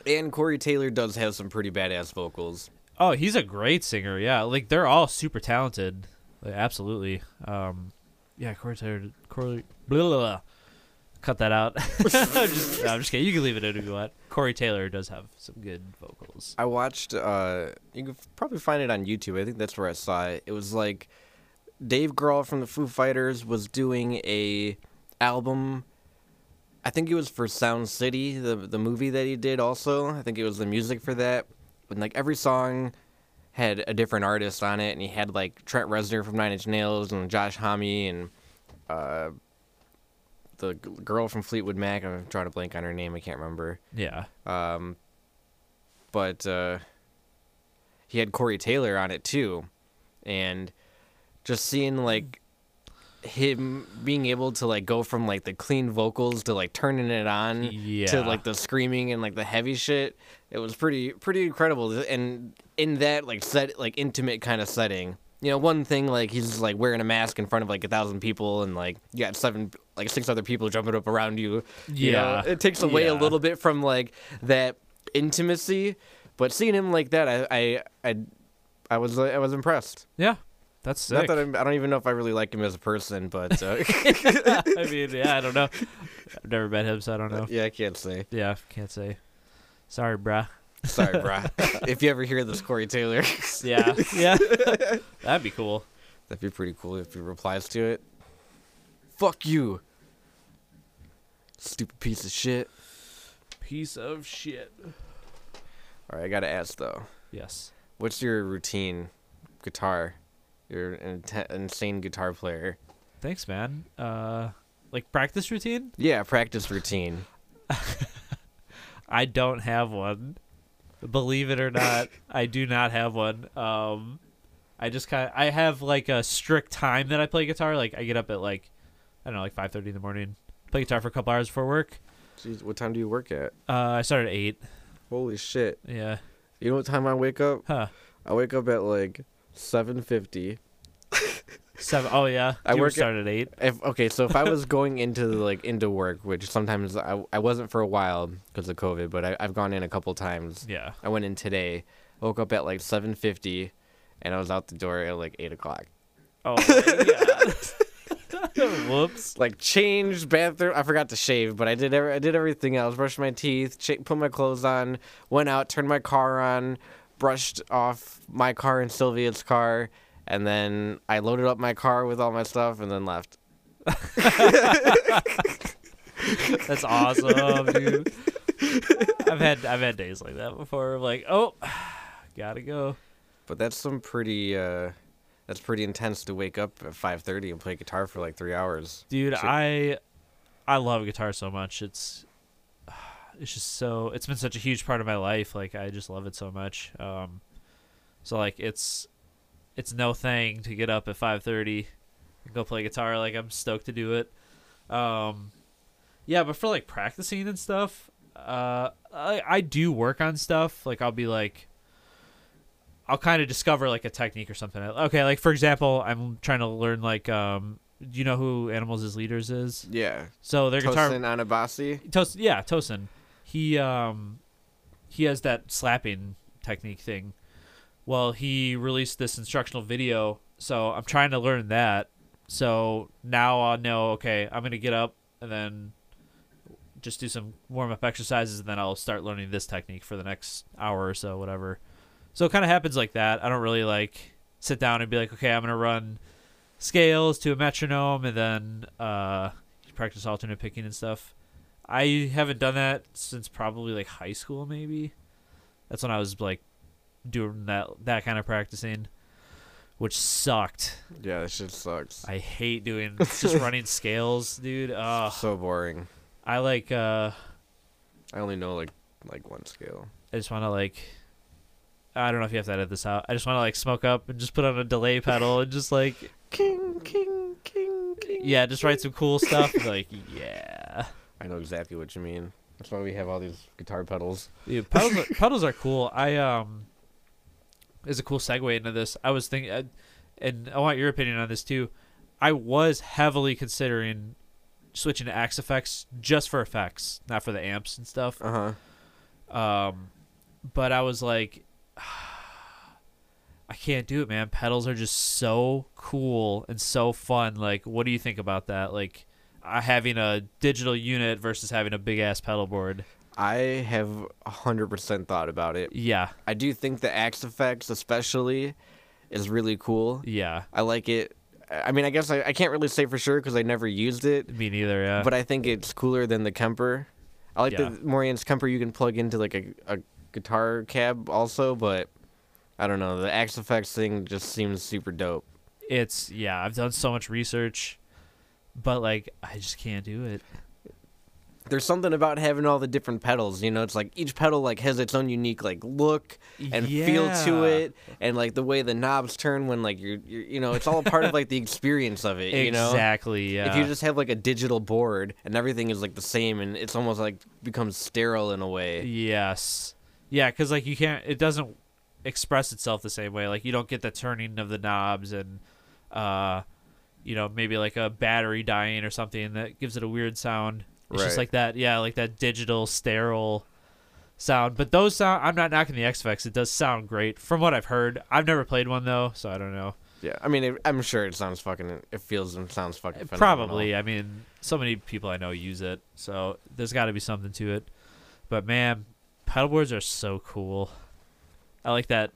Speaker 3: And Corey Taylor does have some pretty badass vocals.
Speaker 2: Oh, he's a great singer. Yeah, like they're all super talented. Like, absolutely. Um, yeah, Corey Taylor. Corey. Blah, blah, blah. Cut that out. I'm, just, no, I'm just kidding. You can leave it in if you want. Corey Taylor does have some good vocals.
Speaker 3: I watched. Uh, you can probably find it on YouTube. I think that's where I saw it. It was like Dave Grohl from the Foo Fighters was doing a album. I think it was for Sound City, the the movie that he did. Also, I think it was the music for that. And like every song had a different artist on it, and he had like Trent Reznor from Nine Inch Nails and Josh Homme and uh, the g- girl from Fleetwood Mac. I'm trying to blank on her name. I can't remember
Speaker 2: Yeah.
Speaker 3: um, but uh, he had Corey Taylor on it too, and just seeing like him being able to like go from like the clean vocals to like turning it on to
Speaker 2: Yeah.
Speaker 3: like the screaming and like the heavy shit, it was pretty pretty incredible. And in that like set like intimate kind of setting. You know, one thing like he's like wearing a mask in front of like a thousand people, and like you got seven, like six other people jumping up around you. you know?
Speaker 2: Yeah.
Speaker 3: it takes away a
Speaker 2: Yeah.
Speaker 3: little bit from like that intimacy, but seeing him like that, I I I, I was I was impressed.
Speaker 2: Yeah. That's sick.
Speaker 3: Not that I'm, I don't even know if I really like him as a person, but uh,
Speaker 2: I mean, yeah, I don't know. I've never met him, so I don't know.
Speaker 3: yeah, I can't say.
Speaker 2: Yeah, can't say. Sorry, bruh.
Speaker 3: Sorry, brah. if you ever hear this, Corey Taylor,
Speaker 2: Yeah. Yeah. That'd be cool.
Speaker 3: that'd be pretty cool if he replies to it. Fuck you, stupid piece of shit.
Speaker 2: Piece of shit.
Speaker 3: All right, I gotta ask though,
Speaker 2: Yes.
Speaker 3: what's your routine, guitar? You're an inte- insane guitar player.
Speaker 2: Thanks, man. Uh, like practice routine?
Speaker 3: Yeah, practice routine.
Speaker 2: I don't have one. Believe it or not, I do not have one. Um, I just kind of I have like a strict time that I play guitar. Like I get up at like I don't know, like five thirty in the morning, play guitar for a couple hours before work.
Speaker 3: Jeez, what time do you work at?
Speaker 2: Uh, I start at eight.
Speaker 3: Holy shit.
Speaker 2: Yeah.
Speaker 3: You know what time I wake up?
Speaker 2: Huh.
Speaker 3: I wake up at like 7:50.
Speaker 2: Seven. Oh yeah.
Speaker 3: I
Speaker 2: You were
Speaker 3: work at-
Speaker 2: start at eight.
Speaker 3: If okay, so if I was going into like into work, which sometimes I, I wasn't for a while because of COVID, but I, I've gone in a couple times.
Speaker 2: Yeah.
Speaker 3: I went in today, woke up at like 7:50, and I was out the door at like eight o'clock.
Speaker 2: Oh my god. Whoops.
Speaker 3: Like changed bathroom. I forgot to shave, but I did. Every, I did everything else. Brushed my teeth, cha- put my clothes on, went out, turned my car on, brushed off my car and Sylvia's car, and then I loaded up my car with all my stuff and then left.
Speaker 2: That's awesome, dude. I've had I've had days like that before. I'm like, oh, gotta go.
Speaker 3: But that's some pretty uh that's pretty intense to wake up at 5:30 and play guitar for like 3 hours.
Speaker 2: dude
Speaker 3: So-
Speaker 2: i i love guitar so much it's it's just so it's been such a huge part of my life like i just love it so much um so like it's it's no thing to get up at 5:30 and go play guitar like i'm stoked to do it um Yeah, but for like practicing and stuff, uh, I, I do work on stuff. Like I'll be like, I'll kind of discover like a technique or something. Okay, like for example, I'm trying to learn like, um, do you know who Animals as Leaders is?
Speaker 3: Yeah.
Speaker 2: So their guitar,
Speaker 3: Tosin Anabasi.
Speaker 2: Tos, yeah, Tosin. He um, he has that slapping technique thing. Well, he released this instructional video, so I'm trying to learn that. So now I know. Okay, I'm gonna get up and then just do some warm up exercises, and then I'll start learning this technique for the next hour or so, whatever. So it kind of happens like that. I don't really like sit down and be like, okay, I'm gonna run scales to a metronome and then uh, practice alternate picking and stuff. I haven't done that since probably like high school, maybe. That's when I was like doing that that kind of practicing, which sucked.
Speaker 3: Yeah, that shit sucks.
Speaker 2: I hate doing just running scales, dude. Ugh.
Speaker 3: so boring.
Speaker 2: I like uh,
Speaker 3: I only know like like one scale.
Speaker 2: I just want to like. I don't know if you have to edit this out. I just want to like smoke up and just put on a delay pedal and just like
Speaker 3: King, king, king, king.
Speaker 2: yeah, just write some cool stuff. like yeah.
Speaker 3: I know exactly what you mean. That's why we have all these guitar pedals.
Speaker 2: Dude, pedals, are, pedals are cool. I um, is a cool segue into this. I was thinking, uh, and I want your opinion on this too. I was heavily considering switching to Axe Effects just for effects, not for the amps and stuff.
Speaker 3: Uh huh.
Speaker 2: Um, but I was like, I can't do it, man. Pedals are just so cool and so fun. Like, what do you think about that? Like, uh, having a digital unit versus having a big ass pedal board.
Speaker 3: I have hundred percent thought about it.
Speaker 2: Yeah,
Speaker 3: I do think the Axe Effects, especially, is really cool.
Speaker 2: yeah.
Speaker 3: I like it. I mean, I guess I, I can't really say for sure because I never used it,
Speaker 2: Me neither. Yeah.
Speaker 3: but I think it's cooler than the Kemper. I like
Speaker 2: Yeah.
Speaker 3: the Morian's Kemper you can plug into like a, a guitar cab also, but I don't know. The Axe Effects thing just seems super dope.
Speaker 2: it's yeah i've done so much research but like i just can't do it
Speaker 3: There's something about having all the different pedals, you know, it's like each pedal like has its own unique like look and feel to
Speaker 2: Yeah.
Speaker 3: it and like the way the knobs turn when like you're, you're you know, it's all a part of like the experience of it, you know.
Speaker 2: exactly yeah
Speaker 3: If you just have like a digital board and everything is like the same and it's almost like becomes sterile in a way.
Speaker 2: yes yeah because like you can't it doesn't express itself the same way like you don't get the turning of the knobs and uh you know maybe like a battery dying or something that gives it a weird sound it's just
Speaker 3: Right.
Speaker 2: like that yeah like that digital sterile sound but those sound i'm not knocking the x-fex it does sound great from what i've heard i've never played one though so i don't know
Speaker 3: Yeah. I mean, it, I'm sure it sounds fucking it feels and sounds fucking phenomenal.
Speaker 2: Probably. I mean, so many people I know use it, so there's got to be something to it. But man, paddleboards are so cool. I like that.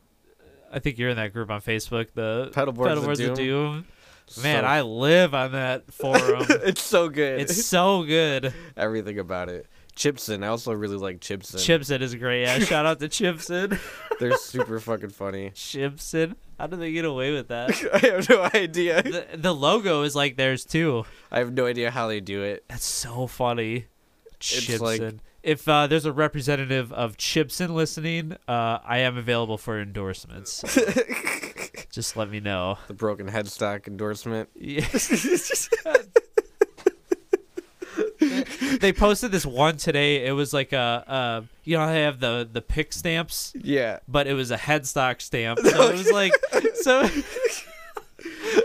Speaker 2: I think you're in that group on Facebook, the
Speaker 3: Paddleboards of
Speaker 2: of Doom.
Speaker 3: So-
Speaker 2: Man, I live on that forum.
Speaker 3: it's so good.
Speaker 2: it's so good.
Speaker 3: everything about it. Chipson, I also really like Chipson.
Speaker 2: Chipson is great. Yeah, shout out to Chipson.
Speaker 3: They're super fucking funny.
Speaker 2: Chipson. How did they get away with that?
Speaker 3: I have no idea.
Speaker 2: The, the logo is like theirs too.
Speaker 3: I have no idea how they do it.
Speaker 2: That's so funny. Chipson.
Speaker 3: like-
Speaker 2: if uh, there's a representative of Chipson listening, uh, I am available for endorsements. so just let me know.
Speaker 3: The broken headstock endorsement.
Speaker 2: Yeah. they posted this one today. It was like a, uh, you know, how they have the the pick stamps,
Speaker 3: Yeah.
Speaker 2: but it was a headstock stamp. So it was like, so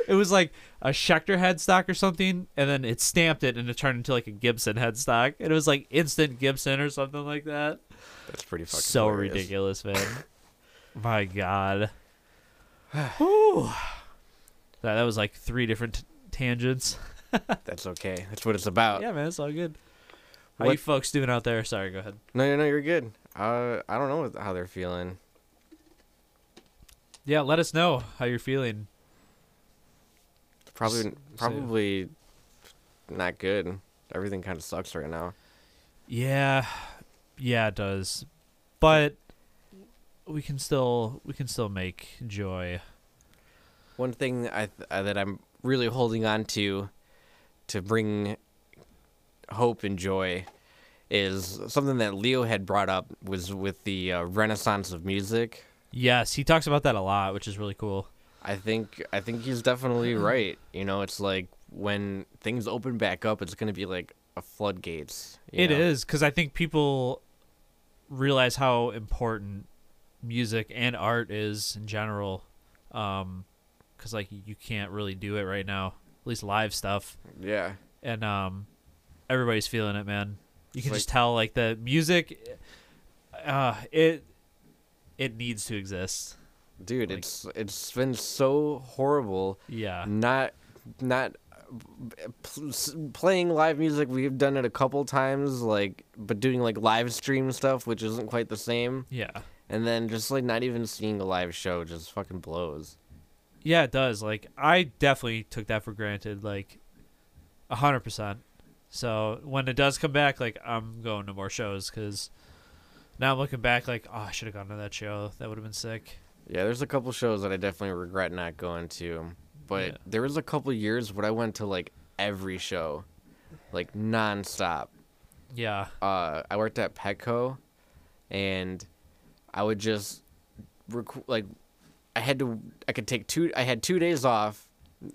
Speaker 2: it was like a Schecter headstock or something, and then it stamped it and it turned into like a Gibson headstock, and it was like instant Gibson or something like that.
Speaker 3: That's pretty fucking
Speaker 2: so
Speaker 3: hilarious.
Speaker 2: ridiculous, man. My God. Whew. That, that was like three different t- tangents.
Speaker 3: That's okay. That's what it's about.
Speaker 2: Yeah, man, it's all good. How you
Speaker 3: What-
Speaker 2: folks doing out there? Sorry, go ahead.
Speaker 3: No, no, no, you're good. Uh, I don't know what- how they're feeling.
Speaker 2: Yeah, let us know how you're feeling.
Speaker 3: Probably,
Speaker 2: S-
Speaker 3: probably not good. Everything kind of sucks right now.
Speaker 2: Yeah, yeah, it does, but we can still we can still make joy.
Speaker 3: One thing that I th- uh, that I'm really holding on to to bring hope and joy is something that Leo had brought up was with the uh, renaissance of music.
Speaker 2: Yes, he talks about that a lot, which is really cool.
Speaker 3: I think I
Speaker 2: Mm-hmm.
Speaker 3: think he's definitely right. You know, it's like when things open back up, it's going to be like a floodgates. you
Speaker 2: It
Speaker 3: know?
Speaker 2: is because I think people realize how important music and art is in general. Because like you can't really do it right now, at least live stuff,
Speaker 3: Yeah.
Speaker 2: and um, everybody's feeling it, man. You can
Speaker 3: Like-
Speaker 2: just tell like the music, uh, it it needs to exist.
Speaker 3: Dude, it's it's been so horrible
Speaker 2: Yeah,
Speaker 3: not not uh, pl- s- playing live music we've done it a couple times like but doing like live stream stuff which isn't quite the same
Speaker 2: yeah.
Speaker 3: and then just like not even seeing a live show just fucking blows
Speaker 2: Yeah, it does. Like I definitely took that for granted, like a hundred percent. So when it does come back, like I'm going to more shows because now I'm looking back, like oh, I should have gone to that show. That would have been sick.
Speaker 3: yeah there's a couple shows that i definitely regret not going to but
Speaker 2: Yeah.
Speaker 3: there was a couple years where i went to like every show like nonstop
Speaker 2: Yeah,
Speaker 3: uh, I worked at Petco, and I would just rec- like I had to I could take two I had two days off,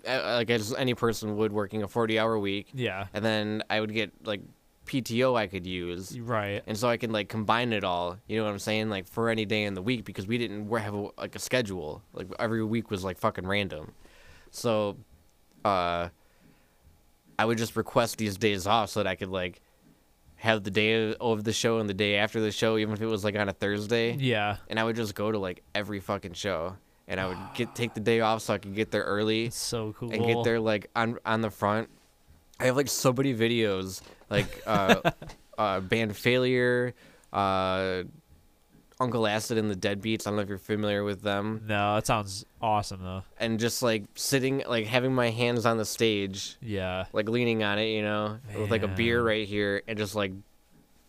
Speaker 3: uh, like as any person would working a forty hour week,
Speaker 2: yeah,
Speaker 3: and then I would get like PTO I could use,
Speaker 2: You're right.
Speaker 3: and so I can like combine it all. You know what I'm saying? Like for any day in the week because we didn't wa- have a, like a schedule. Like every week was like fucking random. So, uh, I would just request these days off so that I could like have the day of the show and the day after the show, even if it was like on a Thursday.
Speaker 2: Yeah,
Speaker 3: And I would just go to like every fucking show, and I would get take the day off so I could get there early
Speaker 2: it's so cool.
Speaker 3: and get there like on on the front. I have like so many videos like uh, uh, band failure, uh, Uncle Acid and the Deadbeats. I don't know if you're familiar with them.
Speaker 2: No, that sounds awesome though.
Speaker 3: And just like sitting, like having my hands on the stage,
Speaker 2: Yeah,
Speaker 3: like leaning on it, you know, with like a beer
Speaker 2: Man.
Speaker 3: right here, and just like,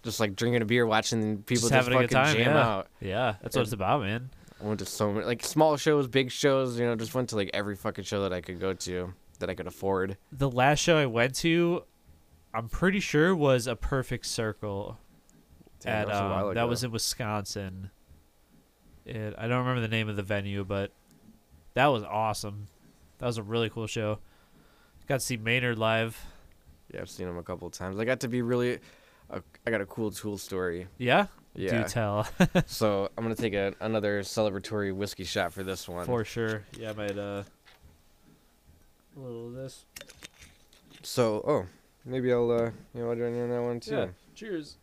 Speaker 3: just like drinking a beer, watching people
Speaker 2: just
Speaker 3: just,
Speaker 2: having a
Speaker 3: fucking
Speaker 2: good time.
Speaker 3: jam
Speaker 2: yeah,
Speaker 3: out.
Speaker 2: yeah, that's what
Speaker 3: And-
Speaker 2: it's about, man.
Speaker 3: I went to so many like small shows, big shows, you know, just went to like every fucking show that I could go to that I could afford.
Speaker 2: the last show I went to, I'm pretty sure was a Perfect Circle. at,
Speaker 3: Damn, that was a
Speaker 2: um,
Speaker 3: while
Speaker 2: that
Speaker 3: ago.
Speaker 2: was in Wisconsin. It, I don't remember the name of the venue, but that was awesome. That was a really cool show. Got to see Maynard live.
Speaker 3: Yeah, I've seen him a couple of times. I got to be really. Uh, I got a cool tool story.
Speaker 2: Yeah,
Speaker 3: Yeah.
Speaker 2: do tell
Speaker 3: so I'm gonna take a, another celebratory whiskey shot for this one.
Speaker 2: for sure. Yeah, I might uh, a little of this.
Speaker 3: So oh, maybe I'll uh, you know, I'll join you on that one too.
Speaker 2: cheers.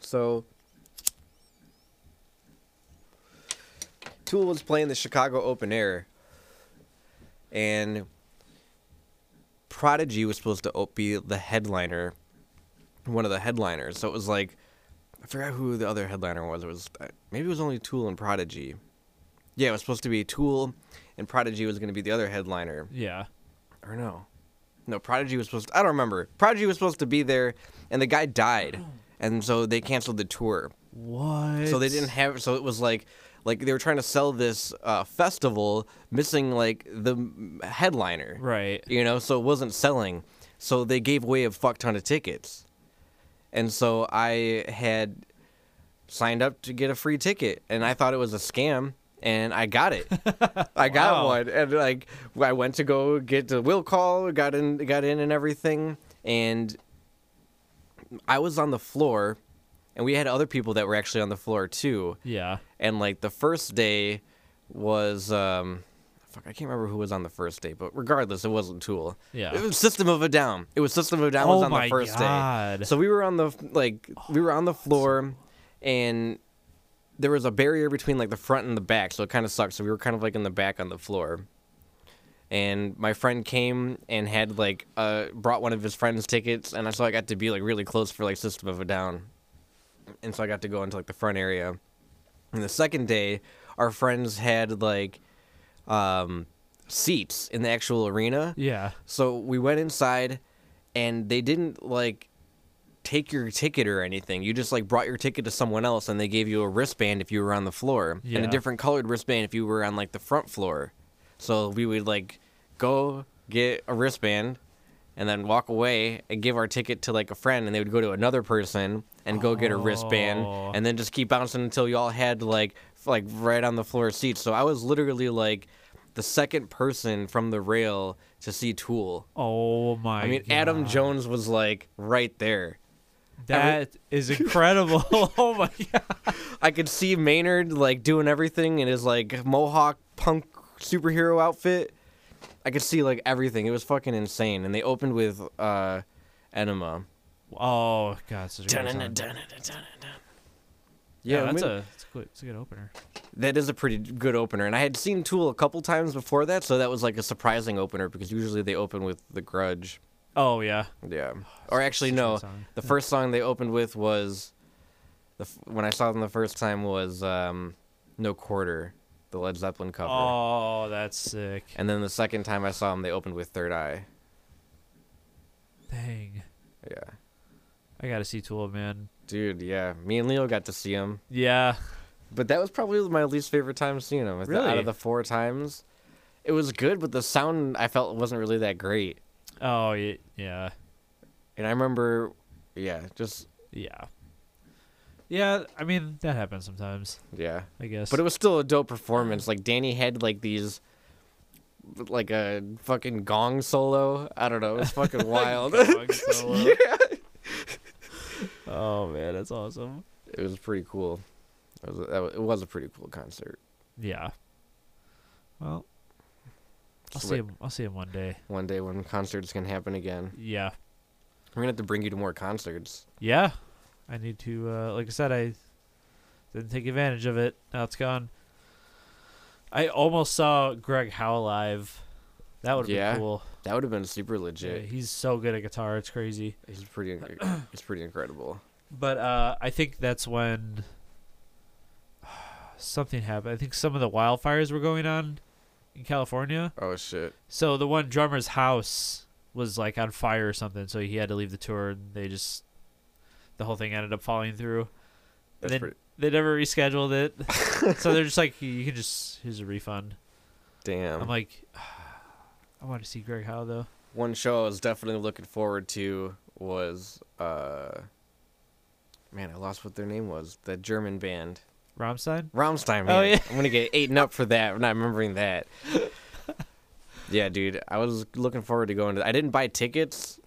Speaker 3: So Tool was playing the Chicago Open Air, and Prodigy was supposed to op- be the headliner, one of the headliners. So it was like, I forgot who the other headliner was. It was uh, maybe it was only Tool and Prodigy. Yeah, it was supposed to be Tool, and Prodigy was going to be the other headliner
Speaker 2: Yeah,
Speaker 3: or no, no. Prodigy was supposed. I don't remember. Prodigy was supposed to be there, and the guy died, and so they canceled the tour.
Speaker 2: what?
Speaker 3: So they didn't have. So it was like, like they were trying to sell this uh, festival, missing like the m- headliner.
Speaker 2: right.
Speaker 3: You know, so it wasn't selling. So they gave away a fuck ton of tickets, and so I had signed up to get a free ticket, and I thought it was a scam. And I got it. I got
Speaker 2: Wow.
Speaker 3: one, and like I went to go get the will call, got in, got in, and everything. And I was on the floor, and we had other people that were actually on the floor too
Speaker 2: Yeah,
Speaker 3: and like the first day was um fuck I can't remember who was on the first day, but regardless, it wasn't Tool.
Speaker 2: Yeah.
Speaker 3: It was System of a Down. It was System of a Down
Speaker 2: Oh
Speaker 3: was on
Speaker 2: my
Speaker 3: the first day.
Speaker 2: God.
Speaker 3: So we were on the like we were on the floor and there was a barrier between like the front and the back, so it kind of sucked. So we were kind of like in the back on the floor. And my friend came and had like uh brought one of his friend's tickets and I so I got to be like really close for like System of a Down. And so I got to go into like the front area. And the second day, our friends had like um, seats in the actual arena.
Speaker 2: yeah.
Speaker 3: So we went inside, and they didn't like take your ticket or anything. You just like brought your ticket to someone else, and they gave you a wristband if you were on the floor, and
Speaker 2: Yeah.
Speaker 3: a different colored wristband if you were on like the front floor. So we would like go get a wristband. And then walk away and give our ticket to like a friend, and they would go to another person and go get a wristband,
Speaker 2: Oh.
Speaker 3: and then just keep bouncing until you all had like f- like right on the floor seats. So I was literally like the second person from the rail to see Tool.
Speaker 2: Oh my!
Speaker 3: I mean, Adam
Speaker 2: God.
Speaker 3: Jones was like right there.
Speaker 2: That is incredible. oh my god.
Speaker 3: I could see Maynard like doing everything in his like mohawk punk superhero outfit. I could see like everything. It was fucking insane. And they opened with uh Enema.
Speaker 2: Oh god. Such a great song.
Speaker 3: Yeah,
Speaker 2: Yeah, that's
Speaker 3: I mean,
Speaker 2: a that's a good, that's a good opener.
Speaker 3: that is a pretty good opener. And I had seen Tool a couple times before that, so that was like a surprising opener because usually they open with The Grudge.
Speaker 2: Oh yeah.
Speaker 3: Yeah. Or actually,
Speaker 2: such a good
Speaker 3: no.
Speaker 2: song.
Speaker 3: The first song they opened with was, the f- when I saw them the first time was um, "No Quarter," the Led Zeppelin cover.
Speaker 2: Oh, that's sick.
Speaker 3: And then the second time I saw them, they opened with Third Eye.
Speaker 2: Dang.
Speaker 3: Yeah.
Speaker 2: I gotta see Tool, man.
Speaker 3: Dude, yeah. Me and Leo got to see them.
Speaker 2: Yeah.
Speaker 3: But that was probably my least favorite time seeing them. Out
Speaker 2: Really?
Speaker 3: of the four times, it was good, but the sound I felt wasn't really that great.
Speaker 2: Oh y- yeah.
Speaker 3: And I remember, yeah, just,
Speaker 2: Yeah. Yeah. I mean, that happens sometimes.
Speaker 3: yeah.
Speaker 2: I guess.
Speaker 3: But it was still a dope performance. Like, Danny had, like, these, like, a fucking gong solo. I don't know. It was fucking wild.
Speaker 2: Dog solo. Oh man, that's awesome.
Speaker 3: it was pretty cool. It was, that was, it was a pretty cool concert.
Speaker 2: Yeah. Well, I'll
Speaker 3: So
Speaker 2: see
Speaker 3: wait-
Speaker 2: him. I'll see him one day.
Speaker 3: One day when concerts can happen again.
Speaker 2: Yeah.
Speaker 3: We're gonna have to bring you to more concerts.
Speaker 2: Yeah. I need to. Uh, like I said, I didn't take advantage of it. Now it's gone. I almost saw Greg Howe live. That would have
Speaker 3: Yeah.
Speaker 2: been cool.
Speaker 3: That would have been super
Speaker 2: Yeah,
Speaker 3: legit.
Speaker 2: he's so good at guitar. It's crazy.
Speaker 3: It's pretty. It's pretty incredible.
Speaker 2: But uh, I think that's when something happened. I think some of the wildfires were going on in California.
Speaker 3: Oh shit!
Speaker 2: So the one drummer's house was like on fire or something. So he had to leave the tour, and they just the whole thing ended up falling through. And
Speaker 3: That's
Speaker 2: then
Speaker 3: pretty.
Speaker 2: they never rescheduled it, so they're just like, you can just here's a refund.
Speaker 3: Damn.
Speaker 2: I'm like, "Ah, I want to see Greg Howe though.
Speaker 3: One show I was definitely looking forward to was, uh, man, I lost what their name was. That German band,
Speaker 2: Rammstein.
Speaker 3: Rammstein. Man.
Speaker 2: Oh, yeah.
Speaker 3: I'm gonna get eaten up for that. I'm not remembering that. yeah, dude. I was looking forward to going to. I didn't buy tickets,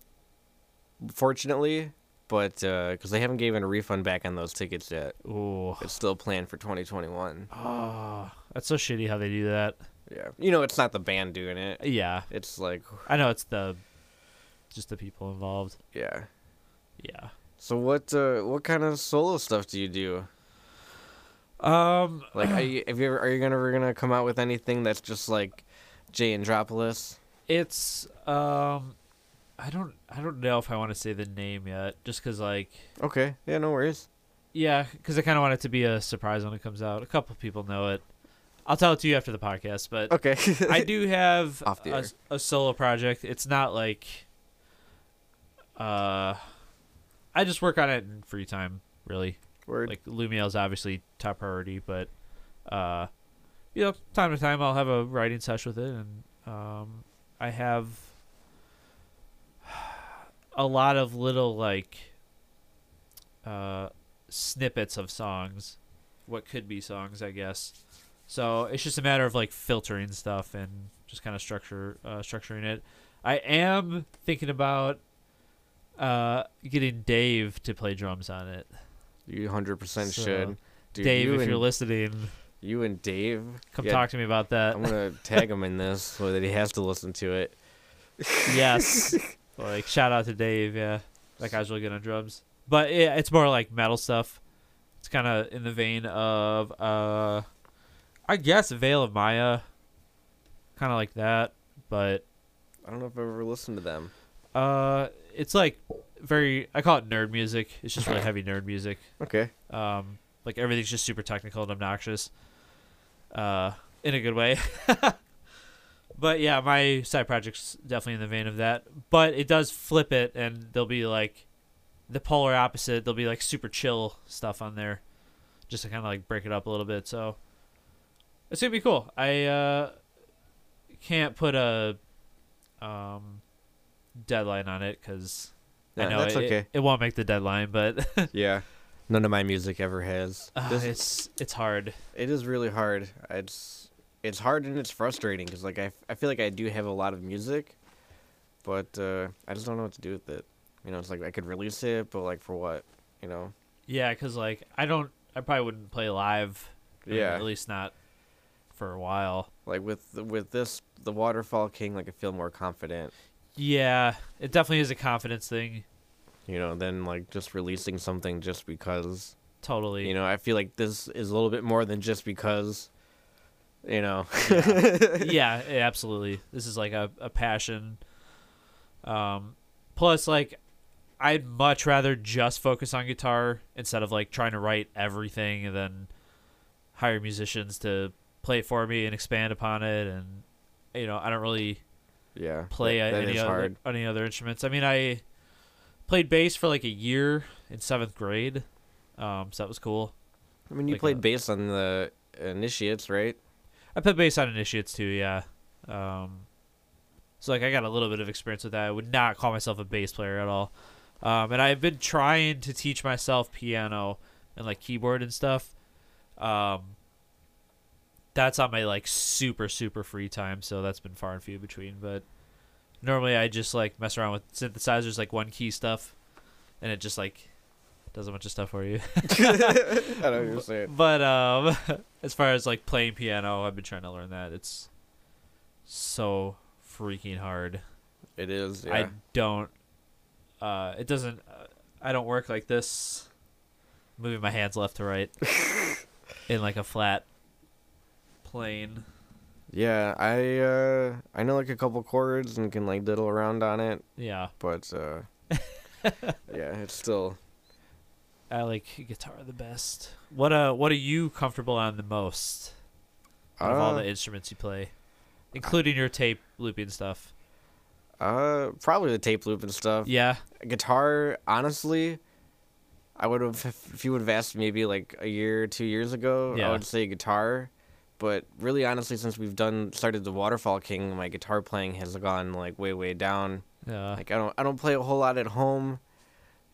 Speaker 3: fortunately, but because they haven't given a refund back on those tickets yet.
Speaker 2: Ooh,
Speaker 3: It's still planned for 2021.
Speaker 2: oh, that's so shitty how they do that.
Speaker 3: Yeah. You know, it's not the band doing it.
Speaker 2: Yeah,
Speaker 3: It's like,
Speaker 2: I know it's the just the people involved.
Speaker 3: yeah.
Speaker 2: Yeah.
Speaker 3: So what uh, what kind of solo stuff do you do?
Speaker 2: Um.
Speaker 3: Like, are you, have you ever, are you gonna, ever gonna come out with anything that's just like Jay Andropoulos?
Speaker 2: It's um, I don't I don't know if I want to say the name yet, just because like
Speaker 3: Okay, yeah, no worries.
Speaker 2: yeah, because I kind of want it to be a surprise when it comes out. A couple people know it. I'll tell it to you after the podcast, but
Speaker 3: Okay,
Speaker 2: I do have
Speaker 3: Off the
Speaker 2: a,
Speaker 3: air.
Speaker 2: a solo project. It's not like uh, I just work on it in free time, really.
Speaker 3: Word.
Speaker 2: Like Lumiel is obviously top priority, but uh, you know, time to time I'll have a writing sesh with it, and um, I have a lot of little like uh, snippets of songs, what could be songs, I guess. So it's just a matter of like filtering stuff and just kind of structure uh, structuring it. I am thinking about uh, getting Dave to play drums on it.
Speaker 3: you hundred percent
Speaker 2: So,
Speaker 3: should. Dude,
Speaker 2: Dave,
Speaker 3: you
Speaker 2: if
Speaker 3: and,
Speaker 2: you're listening,
Speaker 3: you and Dave,
Speaker 2: come
Speaker 3: yeah,
Speaker 2: talk to me about that.
Speaker 3: I'm gonna tag him in this so that he has to listen to it.
Speaker 2: yes. like shout out to Dave, yeah. That guy's really good on drums. But yeah, it's more like metal stuff. It's kind of in the vein of uh I guess Veil of Maya kind of like that, but
Speaker 3: I don't know if I've ever listened to them.
Speaker 2: uh it's like very I call it nerd music. It's just really heavy nerd music.
Speaker 3: Okay,
Speaker 2: Um like everything's just super technical and obnoxious. Uh in a good way. But yeah, my side project's definitely in the vein of that. But it does flip it, and there'll be like the polar opposite. There'll be like super chill stuff on there, just to kind of like break it up a little bit. So it's gonna be cool. I uh, can't put a um, deadline on it because I
Speaker 3: Nah,
Speaker 2: know
Speaker 3: that's
Speaker 2: it,
Speaker 3: okay.
Speaker 2: it won't make the deadline, but
Speaker 3: yeah. None of my music ever has.
Speaker 2: uh,
Speaker 3: This-
Speaker 2: it's it's hard.
Speaker 3: It is really hard. It's it's hard and it's frustrating because like I, f- I feel like I do have a lot of music, but uh, I just don't know what to do with it. You know, it's like I could release it, but like for what? You know?
Speaker 2: Yeah, because like I don't, I probably wouldn't play live. I mean,
Speaker 3: Yeah.
Speaker 2: at least not for a while.
Speaker 3: Like with the, with this the Waterfall King, like I feel more confident.
Speaker 2: Yeah, it definitely is a confidence thing.
Speaker 3: You know, than like just releasing something just because.
Speaker 2: Totally.
Speaker 3: You know, I feel like this is a little bit more than just because. You know.
Speaker 2: yeah, yeah, absolutely. This is like a, a passion. Um, plus, like, I'd much rather just focus on guitar instead of like trying to write everything and then hire musicians to play it for me and expand upon it. And you know, I don't really
Speaker 3: yeah.
Speaker 2: play
Speaker 3: that-
Speaker 2: uh,
Speaker 3: that
Speaker 2: any
Speaker 3: is
Speaker 2: other
Speaker 3: hard.
Speaker 2: any other instruments. I mean, I played bass for like a year in seventh grade, um, so that was cool.
Speaker 3: I mean, you
Speaker 2: like
Speaker 3: played
Speaker 2: a-
Speaker 3: bass on the initiates, right?
Speaker 2: I played bass on initiates too, yeah. Um, so like I got a little bit of experience with that. I would not call myself a bass player at all. Um, and I've been trying to teach myself piano and like keyboard and stuff. Um, that's on my like super super free time, so that's been far and few between. But normally I just like mess around with synthesizers, like one key stuff, and it just like does a bunch of stuff for you.
Speaker 3: I don't understand.
Speaker 2: But um, as far as like playing piano, I've been trying to learn that. It's so freaking hard.
Speaker 3: It is. Yeah.
Speaker 2: I don't. Uh, it doesn't. Uh, I don't work like this. Moving my hands left to right in like a flat plane.
Speaker 3: Yeah, I uh I know like a couple chords and can like diddle around on it,
Speaker 2: Yeah,
Speaker 3: but uh yeah, it's still
Speaker 2: I like guitar the best. What uh, what are you comfortable on the most out of all
Speaker 3: Uh,
Speaker 2: the instruments you play, including your tape looping stuff?
Speaker 3: uh probably the tape loop and stuff.
Speaker 2: Yeah,
Speaker 3: Guitar, honestly, I would have if you would have asked maybe like a year, two years ago,
Speaker 2: Yeah.
Speaker 3: I would say guitar. But really, honestly, since we've done started the Waterfall King, my guitar playing has gone like way way down.
Speaker 2: yeah,
Speaker 3: Like I don't I don't play a whole lot at home.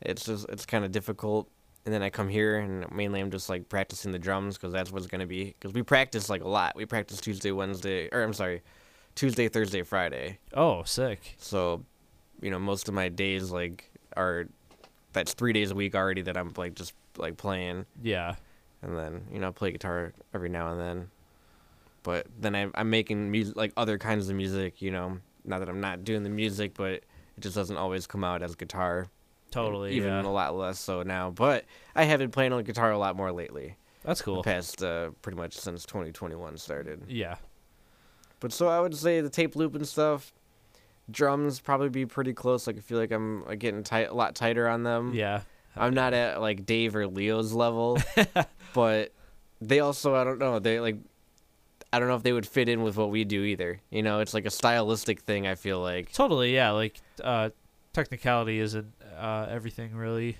Speaker 3: It's just it's kind of difficult. And then I come here and mainly I'm just like practicing the drums because that's what's gonna be. Because we practice like a lot. We practice Tuesday, Wednesday, or I'm sorry, Tuesday, Thursday, Friday.
Speaker 2: oh, sick.
Speaker 3: So, you know, most of my days like are that's three days a week already that I'm like just like playing.
Speaker 2: Yeah,
Speaker 3: And then you know I play guitar every now and then. But then I, I'm making music like other kinds of music. You know, not that I'm not doing the music, but it just doesn't always come out as guitar
Speaker 2: totally.
Speaker 3: even
Speaker 2: yeah.
Speaker 3: a lot less so now. But I have been playing on guitar a lot more lately.
Speaker 2: That's cool.
Speaker 3: The past uh, pretty much since 2021 started.
Speaker 2: Yeah.
Speaker 3: But so I would say the tape loop and stuff, drums probably be pretty close. Like I feel like I'm like, getting tight, a lot tighter on them.
Speaker 2: Yeah.
Speaker 3: I'm not at like Dave or Leo's level, but they also I don't know they like. I don't know if they would fit in with what we do either. You know, it's like a stylistic thing. I feel like.
Speaker 2: Totally. Yeah. Like, uh, technicality isn't uh, everything really.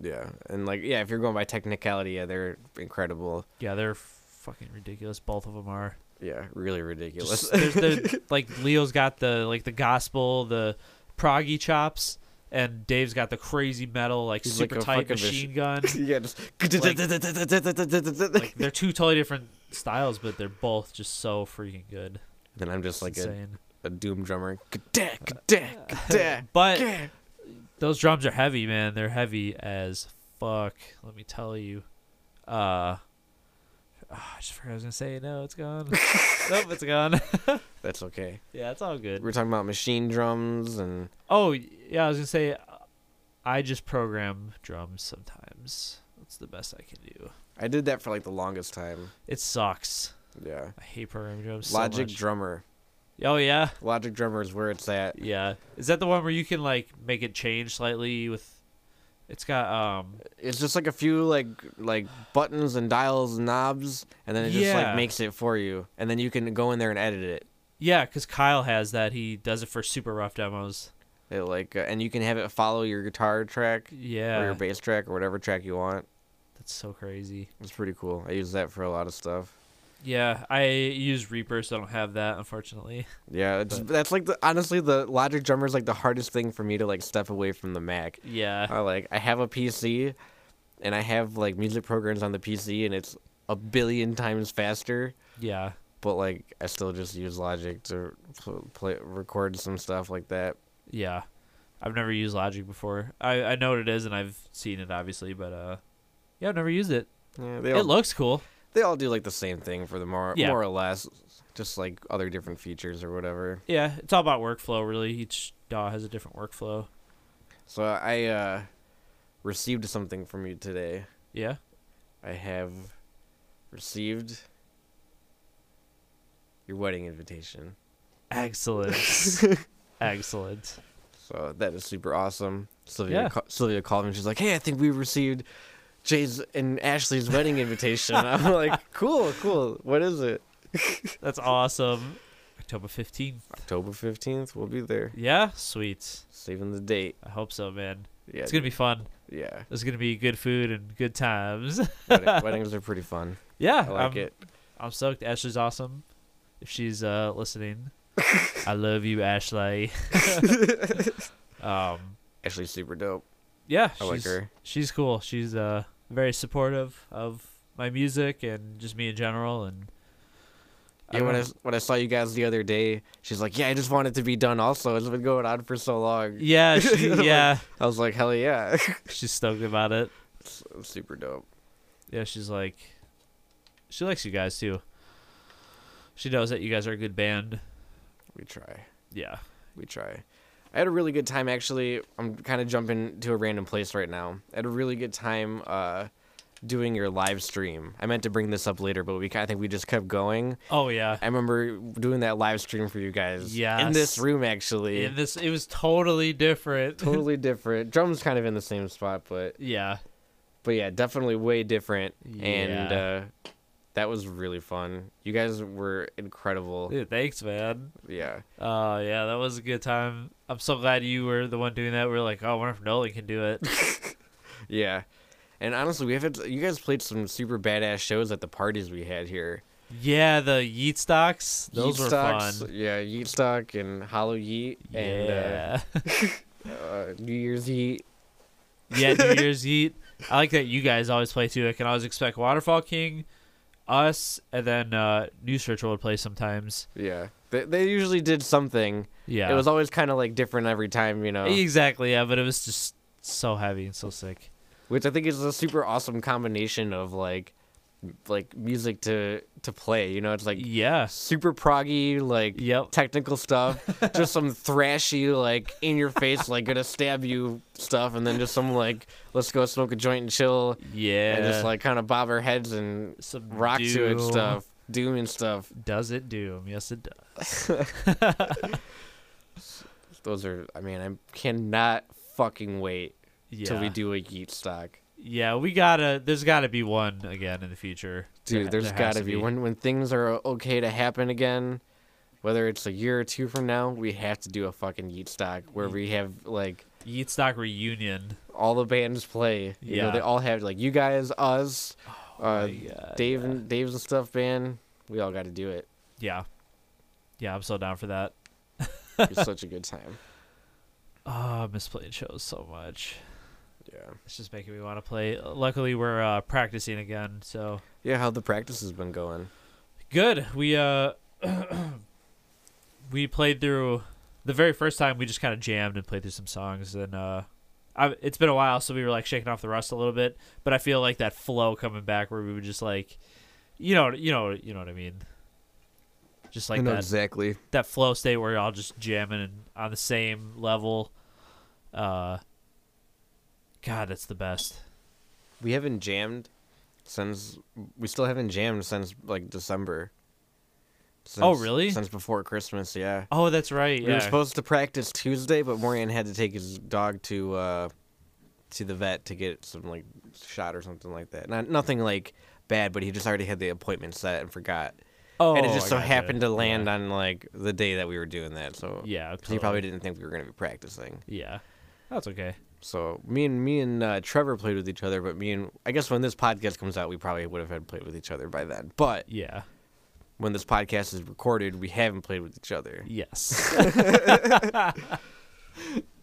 Speaker 3: Yeah, and like yeah, if you're going by technicality, yeah, they're incredible.
Speaker 2: Yeah, they're fucking ridiculous. Both of them are.
Speaker 3: Yeah, really ridiculous.
Speaker 2: Just, there's the like Leo's got the like the gospel, the proggy chops, and Dave's got the crazy metal like
Speaker 3: He's like
Speaker 2: super
Speaker 3: a
Speaker 2: tight
Speaker 3: fucking
Speaker 2: machine gun.
Speaker 3: yeah, just
Speaker 2: Like- like they're two totally different styles, but they're both just so freaking good.
Speaker 3: then I'm just
Speaker 2: It's
Speaker 3: like a,
Speaker 2: insane.
Speaker 3: a doom drummer. Kadak, kadak, kadak.
Speaker 2: But those drums are heavy, man. They're heavy as fuck. Let me tell you. Uh, ah, I just forgot what I was gonna say. No, it's gone. nope, it's gone.
Speaker 3: That's okay.
Speaker 2: yeah, it's all good.
Speaker 3: We're talking about machine drums and
Speaker 2: Oh yeah, I was gonna say, uh, I just program drums sometimes. That's the best I can do.
Speaker 3: I did that for like the longest time.
Speaker 2: It sucks.
Speaker 3: Yeah.
Speaker 2: I hate programming drums. so
Speaker 3: Logic
Speaker 2: much.
Speaker 3: drummer.
Speaker 2: Oh yeah,
Speaker 3: Logic drummer is where it's at.
Speaker 2: yeah. Is that the one where you can like make it change slightly with? It's got um.
Speaker 3: It's just like a few like like buttons and dials and knobs and then it just
Speaker 2: Yeah.
Speaker 3: like makes it for you and then you can go in there and edit it.
Speaker 2: Yeah, because Kyle has that. He does it for super rough demos.
Speaker 3: It like uh, and you can have it follow your guitar track or
Speaker 2: Yeah,
Speaker 3: your bass track or whatever track you want.
Speaker 2: that's so crazy.
Speaker 3: It's pretty cool. I use that for a lot of stuff.
Speaker 2: Yeah, I use Reaper, so I don't have that, unfortunately.
Speaker 3: Yeah, it's,
Speaker 2: But-
Speaker 3: that's like the honestly the Logic Drummer is like the hardest thing for me to like step away from the Mac.
Speaker 2: Yeah,
Speaker 3: I like I have a PC, and I have like music programs on the PC, and it's a billion times faster.
Speaker 2: yeah.
Speaker 3: but like I still just use Logic to pl- play record some stuff like that.
Speaker 2: Yeah. I've never used Logic before. I, I know what it is and I've seen it obviously, but uh yeah, I've never used it.
Speaker 3: Yeah, they
Speaker 2: It
Speaker 3: all,
Speaker 2: looks cool.
Speaker 3: they all do like the same thing for the more
Speaker 2: Yeah.
Speaker 3: more or less, just like other different features or whatever.
Speaker 2: Yeah, it's all about workflow really. Each DAW has a different workflow.
Speaker 3: So I uh, received something from you today.
Speaker 2: Yeah.
Speaker 3: I have received your wedding invitation.
Speaker 2: Excellent. Excellent.
Speaker 3: So that is super awesome. Sylvia
Speaker 2: Yeah.
Speaker 3: ca- Sylvia called me. and She's like, "Hey, I think we received Jay's and Ashley's wedding invitation." I'm like, "Cool, cool. What is it?"
Speaker 2: That's awesome. October 15th.
Speaker 3: October 15th, we'll be there.
Speaker 2: Yeah, sweet.
Speaker 3: Saving the date.
Speaker 2: I hope so, man.
Speaker 3: Yeah.
Speaker 2: It's going to be fun.
Speaker 3: be- yeah.
Speaker 2: There's going to be good food and good times.
Speaker 3: Wedding- weddings are pretty fun.
Speaker 2: yeah,
Speaker 3: I like
Speaker 2: I'm,
Speaker 3: it.
Speaker 2: I'm stoked. Ashley's awesome. If she's uh, listening, I love you, Ashley. um,
Speaker 3: Ashley's super dope.
Speaker 2: yeah,
Speaker 3: I
Speaker 2: she's,
Speaker 3: like her.
Speaker 2: She's cool. She's uh, very supportive of my music and just me in general. And uh, I
Speaker 3: Yeah, when I,
Speaker 2: don't-
Speaker 3: s- when I saw you guys the other day, she's like, "Yeah, I just want it to be done. Also, it's been going on for so long."
Speaker 2: yeah, she,
Speaker 3: Like-
Speaker 2: yeah,
Speaker 3: I was like, "Hell yeah,
Speaker 2: she's stoked about it.
Speaker 3: It's super dope."
Speaker 2: Yeah, she's like, she likes you guys too. She knows that you guys are a good band.
Speaker 3: We try.
Speaker 2: Yeah.
Speaker 3: We try. I had a really good time actually. I'm kind of jumping to a random place right now. I had a really good time uh, doing your live stream. I meant to bring this up later, but we ki- I think we just kept going.
Speaker 2: Oh yeah.
Speaker 3: I remember doing that live stream for you guys. In
Speaker 2: Yes.
Speaker 3: this room actually.
Speaker 2: And this it was totally different.
Speaker 3: totally different. Drum's kind of in the same spot, but
Speaker 2: yeah.
Speaker 3: but yeah, definitely way different. And
Speaker 2: Yeah.
Speaker 3: uh, that was really fun. You guys were incredible.
Speaker 2: Dude, thanks, man.
Speaker 3: Yeah.
Speaker 2: Oh yeah, that was a good time. I'm so glad you were the one doing that. We are like, oh, I wonder if Nolan can do it.
Speaker 3: Yeah. And honestly, we have had, you guys played some super badass shows at the parties we had here.
Speaker 2: yeah, the Yeet stocks. Those were
Speaker 3: Yeatstocks,
Speaker 2: fun.
Speaker 3: Yeah, Yeatstock and Hollow Yeet and
Speaker 2: yeah.
Speaker 3: uh, uh, New Year's Yeet.
Speaker 2: yeah, New Year's Yeet. I like that you guys always play too. I can always expect Waterfall King, us, and then uh New Searcher would play sometimes.
Speaker 3: Yeah. They, they usually did something.
Speaker 2: Yeah.
Speaker 3: It was always kind of like different every time, you know,
Speaker 2: exactly, yeah, but it was just so heavy and so sick.
Speaker 3: which I think is a super awesome combination of like m- like music to to play, you know, it's like
Speaker 2: Yeah.
Speaker 3: super proggy like
Speaker 2: Yep.
Speaker 3: technical stuff just some thrashy like in your face like gonna stab you stuff and then just some like let's go smoke a joint and chill
Speaker 2: Yeah.
Speaker 3: and just like kind of bob our heads and
Speaker 2: Some
Speaker 3: rock to it
Speaker 2: doom.
Speaker 3: stuff doom and stuff
Speaker 2: Does it doom? Yes, it does.
Speaker 3: those are i mean i cannot fucking wait
Speaker 2: Yeah.
Speaker 3: till we do a yeet stock
Speaker 2: Yeah, we gotta. There's gotta be one again in the future.
Speaker 3: dude
Speaker 2: there
Speaker 3: there's
Speaker 2: has
Speaker 3: gotta
Speaker 2: to
Speaker 3: be when when things are okay to happen again whether it's a year or two from now we have to do a fucking yeet stock where we have like
Speaker 2: Yeatstock reunion.
Speaker 3: all the bands play. You know, they
Speaker 2: Yeah.
Speaker 3: all have like you guys, us, uh,
Speaker 2: God,
Speaker 3: Dave and Dave's and stuff band. We all got to do it.
Speaker 2: Yeah, yeah, I'm so down for that.
Speaker 3: It's such a good time.
Speaker 2: Ah, I miss playing shows so much.
Speaker 3: Yeah.
Speaker 2: It's just making me want to play. Luckily, we're uh, practicing again, so
Speaker 3: Yeah, how the practice has been going.
Speaker 2: good. We uh, we played through the very first time. We just kind of jammed and played through some songs, and uh, I, it's been a while, so we were like shaking off the rust a little bit. But I feel like that flow coming back, where we were just like, you know, you know, you know what I mean. Just like that,
Speaker 3: exactly.
Speaker 2: that flow state where you're all just jamming and on the same level. Uh, God, that's the best.
Speaker 3: We haven't jammed since we still haven't jammed since like December.
Speaker 2: Oh,
Speaker 3: Since-
Speaker 2: really?
Speaker 3: Since before Christmas, yeah.
Speaker 2: Oh, that's right. Yeah.
Speaker 3: We were supposed to practice Tuesday, but Morian had to take his dog to uh, to the vet to get some like shot or something like that. Not nothing like bad, but he just already had the appointment set and forgot.
Speaker 2: oh,
Speaker 3: and it just
Speaker 2: I
Speaker 3: so
Speaker 2: gotcha.
Speaker 3: happened to land
Speaker 2: Yeah.
Speaker 3: on like the day that we were doing that. So
Speaker 2: Yeah,
Speaker 3: 'cause he probably
Speaker 2: totally.
Speaker 3: didn't think we were gonna be practicing.
Speaker 2: Yeah, that's okay.
Speaker 3: So me and me and uh, Trevor played with each other, but me and I guess when this podcast comes out, we probably would have had played with each other by then. But
Speaker 2: Yeah.
Speaker 3: when this podcast is recorded, we haven't played with each other.
Speaker 2: Yes.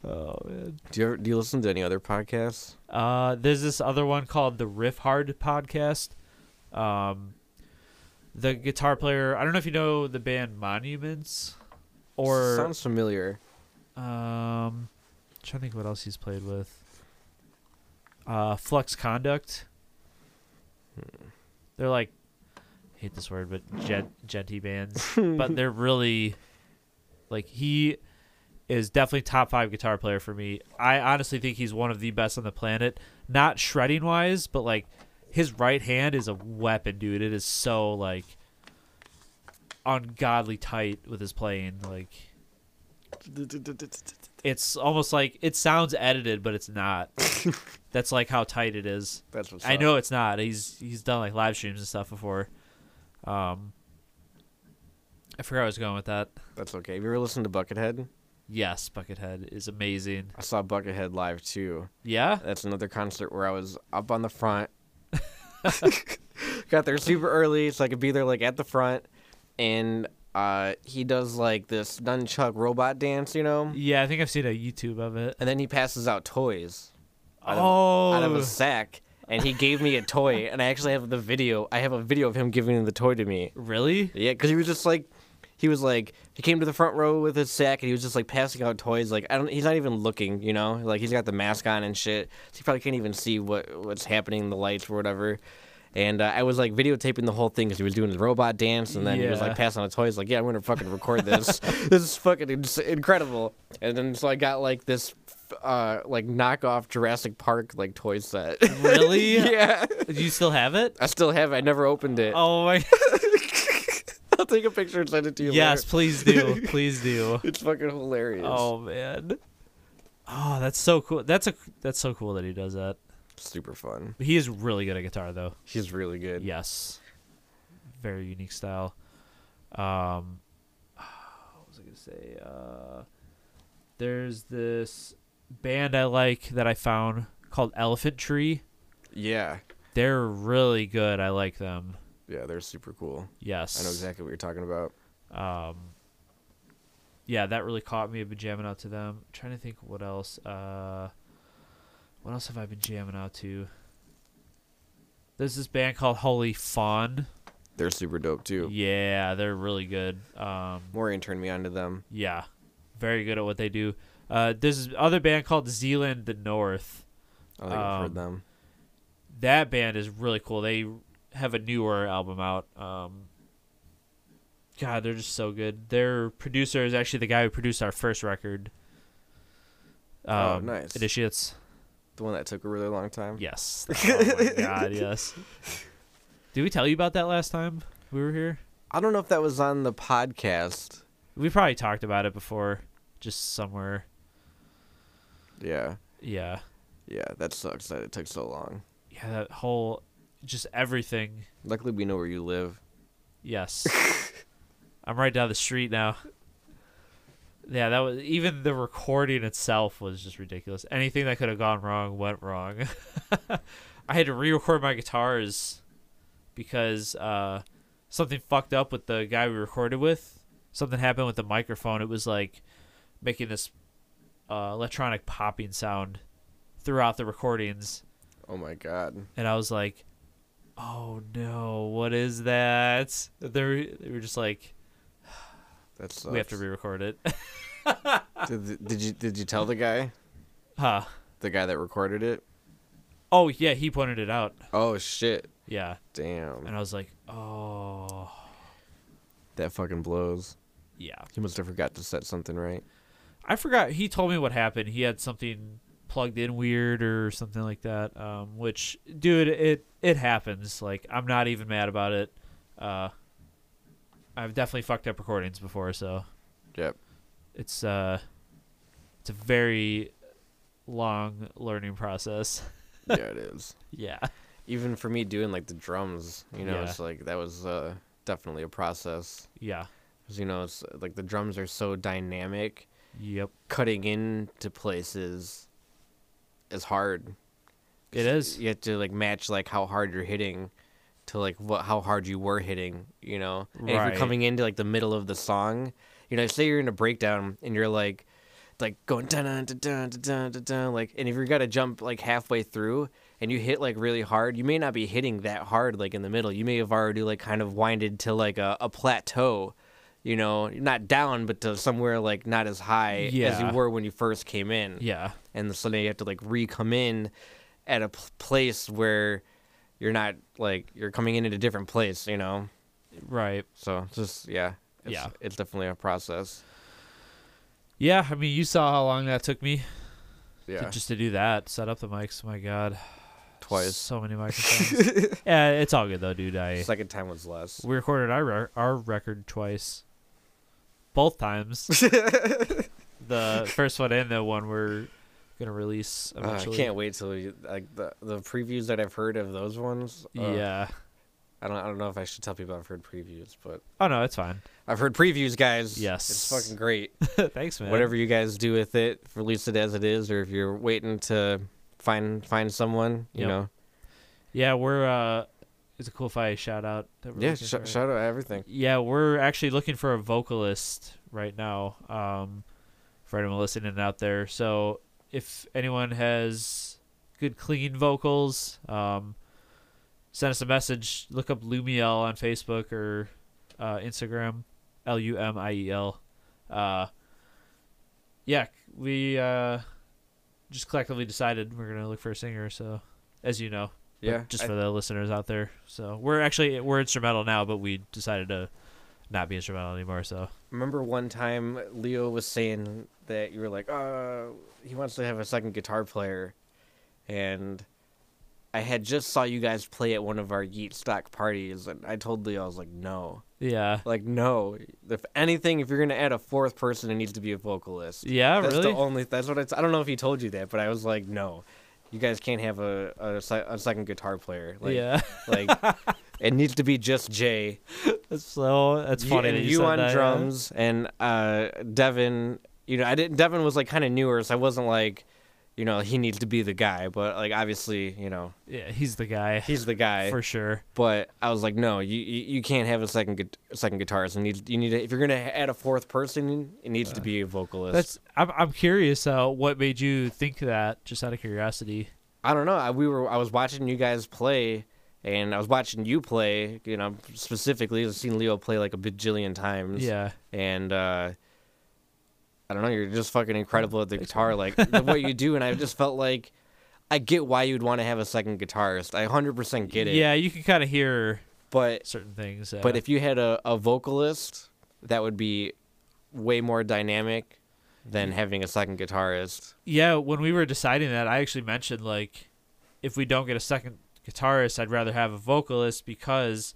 Speaker 2: oh man.
Speaker 3: Do you ever, do you listen to any other podcasts?
Speaker 2: Uh, there's this other one called the Riff Hard podcast. Um, the guitar player. I don't know if you know the band Monuments, or
Speaker 3: sounds familiar.
Speaker 2: um, trying to think what else he's played with. Uh, Flux Conduct. They're like, I hate this word, but gent genty bands, but they're really, like he is definitely top five guitar player for me. I honestly think he's one of the best on the planet. Not shredding wise, but like his right hand is a weapon, dude. It is so like ungodly tight with his playing. Like it's almost like it sounds edited, but it's not. That's like how tight it is.
Speaker 3: That's what's
Speaker 2: I
Speaker 3: up.
Speaker 2: know it's not. He's he's done like live streams and stuff before. Um, I forgot where I was going with that.
Speaker 3: That's okay. Have you ever listened to Buckethead?
Speaker 2: Yes, Buckethead is amazing.
Speaker 3: I saw Buckethead live too.
Speaker 2: Yeah,
Speaker 3: That's another concert where I was up on the front. Got there super early so I could be there like at the front. And uh, he does like this nunchuck robot dance, you know?
Speaker 2: yeah. I think I've seen a YouTube of it.
Speaker 3: And then he passes out toys out of,
Speaker 2: Oh,
Speaker 3: out of a sack. And he gave me a toy. And I actually have the video. I have a video of him giving the toy to me.
Speaker 2: really?
Speaker 3: Yeah, because he was just like, he was like, he came to the front row with his sack and he was just like passing out toys. Like I don't, he's not even looking, you know. Like he's got the mask on and shit, so he probably can't even see what what's happening, the lights or whatever. And uh, I was like videotaping the whole thing because he was doing his robot dance, and then he was
Speaker 2: Yeah.
Speaker 3: like passing out toys. Like, yeah, I'm gonna fucking record this. this is fucking ins- incredible. And then so I got like this, uh, like knockoff Jurassic Park like toy set.
Speaker 2: Really?
Speaker 3: yeah,
Speaker 2: Do you still have it?
Speaker 3: I still have. it. I never opened it.
Speaker 2: Oh my.
Speaker 3: I'll take a picture and send it to you.
Speaker 2: yes,
Speaker 3: later.
Speaker 2: please do. Please do.
Speaker 3: It's fucking hilarious.
Speaker 2: Oh man. Oh, that's so cool. That's a that's so cool that he does that.
Speaker 3: Super fun.
Speaker 2: He is really good at guitar though.
Speaker 3: He's really good.
Speaker 2: Yes. Very unique style. Um what was I going to say? Uh there's this band I like that I found called Elephant Tree.
Speaker 3: Yeah.
Speaker 2: They're really good. I like them.
Speaker 3: Yeah, they're super cool.
Speaker 2: Yes.
Speaker 3: I know exactly what you're talking about.
Speaker 2: um yeah that really caught me i've been jamming out to them trying to think what else uh what else have i been jamming out to there's this band called holy fawn
Speaker 3: They're super dope too.
Speaker 2: yeah they're really good um
Speaker 3: Maureen turned me on to them.
Speaker 2: yeah very good at what they do uh there's this other band called zealand the north
Speaker 3: I think I've
Speaker 2: Um,
Speaker 3: heard them.
Speaker 2: that band is really cool. They have a newer album out. Um, God, they're just so good. Their producer is actually the guy who produced our first record. Um,
Speaker 3: Oh, nice.
Speaker 2: Initiates.
Speaker 3: The one that took a really long time.
Speaker 2: Yes. Oh my God, yes. Did we tell you about that last time we were here?
Speaker 3: I don't know if that was on the podcast.
Speaker 2: We probably talked about it before, just somewhere.
Speaker 3: Yeah.
Speaker 2: Yeah.
Speaker 3: Yeah, that sucks that it took so long.
Speaker 2: Yeah, that whole, just everything.
Speaker 3: Luckily we know where you live.
Speaker 2: Yes. I'm right down the street now. Yeah, that was even the recording itself was just ridiculous. Anything that could have gone wrong went wrong. I had to re-record my guitars because uh, something fucked up with the guy we recorded with. Something happened with the microphone. It was like making this uh, electronic popping sound throughout the recordings,
Speaker 3: Oh my god.
Speaker 2: and I was like, "Oh no, what is that?" They were, they were just like,
Speaker 3: That sucks.
Speaker 2: "We have to re-record it."
Speaker 3: did, did you did you tell the guy?
Speaker 2: huh.
Speaker 3: The guy that recorded it?
Speaker 2: Oh yeah, he pointed it out.
Speaker 3: Oh shit.
Speaker 2: Yeah,
Speaker 3: Damn.
Speaker 2: and I was like, "Oh
Speaker 3: That fucking blows.
Speaker 2: yeah."
Speaker 3: He must have forgot to set something right.
Speaker 2: I forgot. He told me what happened. He had something plugged in weird or something like that. Um, which, dude, it it happens. Like, I'm not even mad about it. Uh, I've definitely fucked up recordings before, so
Speaker 3: Yep.
Speaker 2: it's uh, it's a very long learning process.
Speaker 3: Yeah, it is.
Speaker 2: Yeah.
Speaker 3: even for me doing like the drums, you know,
Speaker 2: Yeah.
Speaker 3: it's like that was uh, definitely a process.
Speaker 2: Yeah.
Speaker 3: 'Cause, you know, it's like the drums are so dynamic,
Speaker 2: Yep.
Speaker 3: cutting into places is hard.
Speaker 2: It
Speaker 3: 'Cause
Speaker 2: is.
Speaker 3: You have to like match like how hard you're hitting to like what how hard you were hitting, you know. And if
Speaker 2: Right.
Speaker 3: you're coming into like the middle of the song, you know, say you're in a breakdown and you're like like going dun dun dun dun dun dun dun like and if you gotta jump like halfway through and you hit like really hard, you may not be hitting that hard like in the middle. You may have already like kind of winded to like a, a plateau, you know, not down but to somewhere like not as high as
Speaker 2: Yeah.
Speaker 3: you were when you first came in.
Speaker 2: Yeah.
Speaker 3: And so now you have to like re come in at a p- place where you're not like you're coming in at a different place, you know.
Speaker 2: Right.
Speaker 3: So it's just yeah, it's,
Speaker 2: Yeah.
Speaker 3: it's definitely a process.
Speaker 2: Yeah. I mean, you saw how long that took me to-
Speaker 3: Yeah,
Speaker 2: just to do that, set up the mics. My God.
Speaker 3: twice.
Speaker 2: So many microphones. yeah, it's all good though, dude. I
Speaker 3: Second time was less.
Speaker 2: we recorded our re- our record twice, both times. the first one and the one we're gonna release
Speaker 3: Uh, I
Speaker 2: eventually.
Speaker 3: can't wait till you, like the the previews that I've heard of those ones. uh,
Speaker 2: Yeah.
Speaker 3: I don't I don't know if I should tell people I've heard previews, but
Speaker 2: Oh no, it's fine.
Speaker 3: I've heard previews, guys.
Speaker 2: Yes.
Speaker 3: it's fucking great.
Speaker 2: Thanks, man.
Speaker 3: Whatever you guys do with it, release it as it is, or if you're waiting to find find someone, you
Speaker 2: Yep.
Speaker 3: know,
Speaker 2: Yeah, we're. uh It's a cool if I shout out. That we're
Speaker 3: yeah,
Speaker 2: looking
Speaker 3: sh-
Speaker 2: for.
Speaker 3: shout out everything.
Speaker 2: Yeah, we're actually looking for a vocalist right now. Um, for anyone listening out there, so if anyone has good clean vocals, um, send us a message. Look up Lumiel on Facebook or uh, Instagram, L U M I E L. Uh, yeah, we uh, just collectively decided we're gonna look for a singer. So, as you know, but
Speaker 3: Yeah,
Speaker 2: just
Speaker 3: I-
Speaker 2: for the listeners out there. So we're actually we're instrumental now, but we decided to not be instrumental anymore. So
Speaker 3: remember one time Leo was saying that you were like, uh, he wants to have a second guitar player, and I had just saw you guys play at one of our Yeet Stock parties, and I told Leo I was like, no,
Speaker 2: yeah,
Speaker 3: like no, if anything, if you're gonna add a fourth person, it needs to be a vocalist.
Speaker 2: yeah,
Speaker 3: that's
Speaker 2: really.
Speaker 3: the only. That's what it's. I don't know if he told you that, but I was like, no, you guys can't have a a, se- a second guitar player. Like,
Speaker 2: yeah,
Speaker 3: like it needs to be just Jay.
Speaker 2: that's so that's
Speaker 3: You-
Speaker 2: funny.
Speaker 3: And
Speaker 2: that
Speaker 3: you,
Speaker 2: said
Speaker 3: on
Speaker 2: that, yeah.
Speaker 3: drums, and uh, Devin. You know, I didn't. Devin was like kind of newer, so I wasn't like, you know, he needs to be the guy. But like, obviously, you know,
Speaker 2: Yeah, he's the guy
Speaker 3: he's the guy.
Speaker 2: for sure.
Speaker 3: But I was like, no, you you, you can't have a second gu- second guitarist. And you need to, if you're gonna add a fourth person, it needs to be a vocalist.
Speaker 2: That's I'm I'm curious. Uh, what made you think that? Just out of curiosity.
Speaker 3: I don't know. I, we were. I was watching you guys play, and I was watching you play. You know, specifically, I've seen Leo play like a bajillion times.
Speaker 2: Yeah.
Speaker 3: and uh, I don't know, you're just fucking incredible at the guitar, like the- what you do. And I just felt like I get why you'd want to have a second guitarist. I 100% get it.
Speaker 2: Yeah, you can kind of hear
Speaker 3: but
Speaker 2: certain things. Uh,
Speaker 3: but if you had a, a vocalist, that would be way more dynamic than having a second guitarist.
Speaker 2: yeah, when we were deciding that, I actually mentioned like, if we don't get a second guitarist, I'd rather have a vocalist because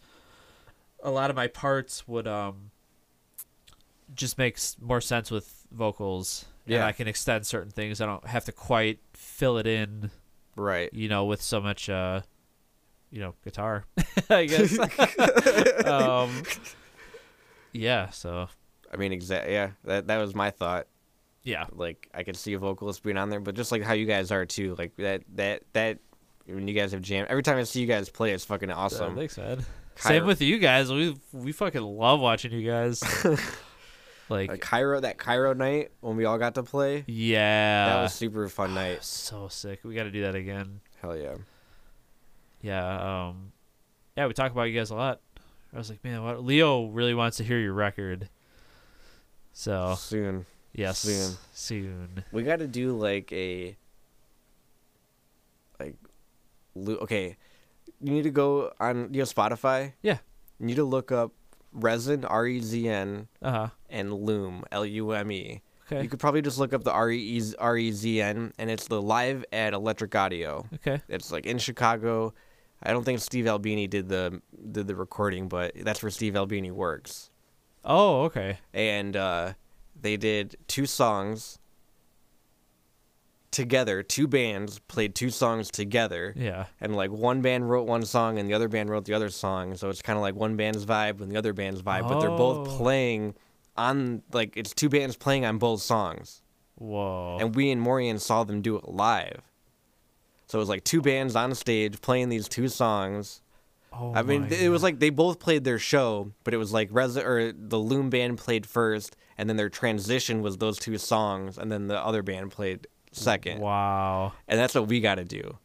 Speaker 2: a lot of my parts would um just makes more sense with vocals. and
Speaker 3: Yeah.
Speaker 2: I can extend certain things. I don't have to quite fill it in,
Speaker 3: Right.
Speaker 2: you know, with so much uh, you know, guitar. I guess. um, yeah. So
Speaker 3: I mean, exactly. Yeah, that that was my thought.
Speaker 2: yeah.
Speaker 3: Like I could see a vocalist being on there, but just like how you guys are too. Like that that that when you guys have jam. Every time I see you guys play, it's fucking
Speaker 2: So
Speaker 3: awesome.
Speaker 2: thanks, man.
Speaker 3: Kyra-
Speaker 2: Same with you guys. We we fucking love watching you guys. like,
Speaker 3: Like Cairo, that Cairo night when we all got to play,
Speaker 2: yeah,
Speaker 3: that was super fun night.
Speaker 2: so sick. We got to do that again.
Speaker 3: Hell yeah.
Speaker 2: Yeah, um, yeah. We talk about you guys a lot. I was like, man, what? Leo really wants to hear your record. So
Speaker 3: Soon
Speaker 2: yes,
Speaker 3: soon.
Speaker 2: soon. soon.
Speaker 3: we got to do like a like lu- okay, you need to go on you know Spotify.
Speaker 2: Yeah.
Speaker 3: You need to look up Resin R E Z N
Speaker 2: Uh huh.
Speaker 3: and Loom L U M E.
Speaker 2: Okay.
Speaker 3: You could probably just look up the R E R E Z N and it's the live at Electric Audio.
Speaker 2: Okay.
Speaker 3: It's like in Chicago. I don't think Steve Albini did the did the recording, but that's where Steve Albini works.
Speaker 2: Oh, okay.
Speaker 3: and uh, they did two songs together. Two bands played two songs together,
Speaker 2: Yeah.
Speaker 3: and like one band wrote one song and the other band wrote the other song. So it's kind of like one band's vibe and the other band's vibe, but they're both
Speaker 2: Oh.
Speaker 3: playing on like it's two bands playing on both songs.
Speaker 2: Whoa.
Speaker 3: And we and Morian saw them do it live. So it was like two bands on stage playing these two songs.
Speaker 2: oh,
Speaker 3: I mean,
Speaker 2: my
Speaker 3: th- it was like they both played their show, but it was like Res or the Loom band played first, and then their transition was those two songs, and then the other band played second.
Speaker 2: Wow.
Speaker 3: And that's what we got to do.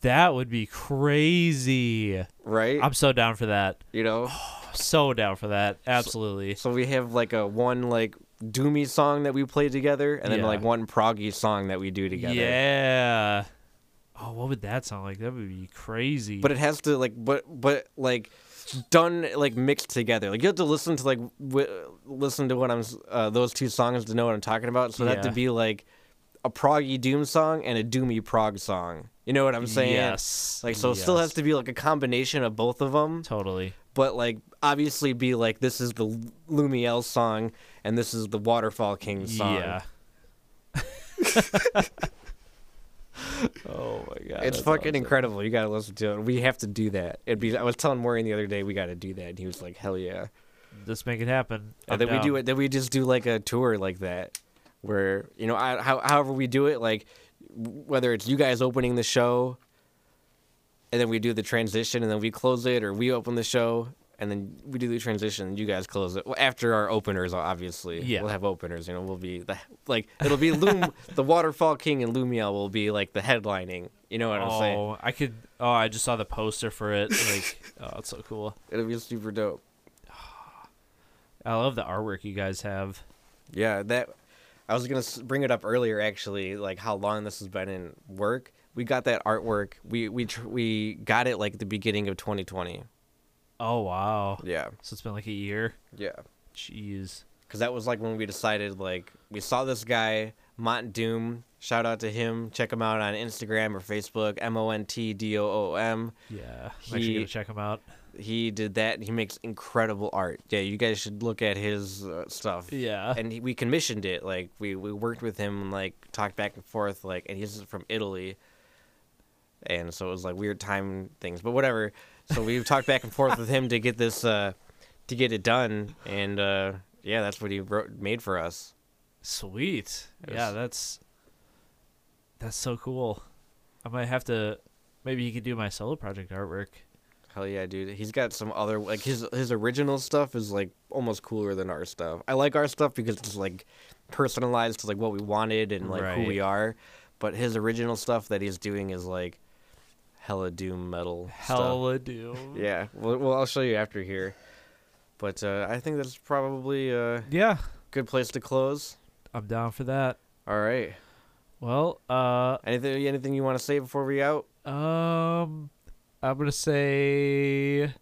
Speaker 2: That would be crazy.
Speaker 3: right?
Speaker 2: I'm so down for that.
Speaker 3: you know,
Speaker 2: So down for that. Absolutely.
Speaker 3: so we have like a one like doomy song that we play together, and then
Speaker 2: Yeah.
Speaker 3: like one proggy song that we do together.
Speaker 2: Yeah. Oh, what would that sound like? That would be crazy.
Speaker 3: but it has to like but but like done like mixed together like you have to listen to like w- listen to what i'm s- uh, those two songs to know what i'm talking about so that to
Speaker 2: Yeah.
Speaker 3: be like a proggy doom song and a doomy prog song you know what i'm saying
Speaker 2: Yes.
Speaker 3: like so it still has
Speaker 2: Yes.
Speaker 3: to be like a combination of both of them
Speaker 2: totally.
Speaker 3: but like obviously be like this is the L- lumiel song and this is the waterfall king song
Speaker 2: Yeah. oh my god.
Speaker 3: it's fucking incredible you gotta listen to it we have to do that it'd be i was telling Maureen the other day we gotta do that and he was like hell yeah
Speaker 2: Let's make it happen.
Speaker 3: And then we
Speaker 2: um,
Speaker 3: do it. Then we just do like a tour like that, where you know, I, how, however we do it, like w- whether it's you guys opening the show, and then we do the transition, and then we close it, or we open the show, and then we do the transition, and you guys close it. Well, after our openers, obviously,
Speaker 2: Yeah.
Speaker 3: we'll have openers. You know, we'll be the like it'll be Loom, the Waterfall King and Lumia will be like the headlining. You know what I'm saying?
Speaker 2: Oh, I could. Oh, I just saw the poster for it. Like, oh, it's so cool.
Speaker 3: It'll be super dope.
Speaker 2: I love the artwork you guys have.
Speaker 3: Yeah, that I was gonna s- bring it up earlier. Actually, like how long this has been in work. We got that artwork. We we tr- we got it like the beginning of 2020.
Speaker 2: Oh wow.
Speaker 3: Yeah,
Speaker 2: So it's been like a year.
Speaker 3: yeah.
Speaker 2: Jeez.
Speaker 3: Because that was like when we decided. Like we saw this guy Mont Doom. Shout out to him. Check him out on Instagram or Facebook. M O N T D O O M.
Speaker 2: Yeah. I'm actually
Speaker 3: He-
Speaker 2: gonna check them out.
Speaker 3: He did that. and He makes incredible art. Yeah, you guys should look at his uh, stuff.
Speaker 2: Yeah.
Speaker 3: and he, we commissioned it like we, we worked with him and like talked back and forth like and he's from italy and so it was like weird time things but whatever so we talked back and forth with him to get this uh to get it done and uh yeah that's what he wrote made for us
Speaker 2: Sweet.
Speaker 3: It
Speaker 2: Yeah,
Speaker 3: was-
Speaker 2: that's that's so cool. I might have to. Maybe you could do my solo project artwork.
Speaker 3: hell yeah dude he's got some other like his his original stuff is like almost cooler than our stuff i like our stuff because it's like personalized to like what we wanted and like who
Speaker 2: Right.
Speaker 3: we are but his original stuff that he's doing is like hella doom metal stuff.
Speaker 2: Hella doom.
Speaker 3: Yeah, well, well, I'll show you after here. But uh, I think that's probably a
Speaker 2: Yeah.
Speaker 3: good place to close.
Speaker 2: I'm down for that.
Speaker 3: All right.
Speaker 2: Well, uh,
Speaker 3: Anything anything you want to say before we out?
Speaker 2: um, I'm gonna say,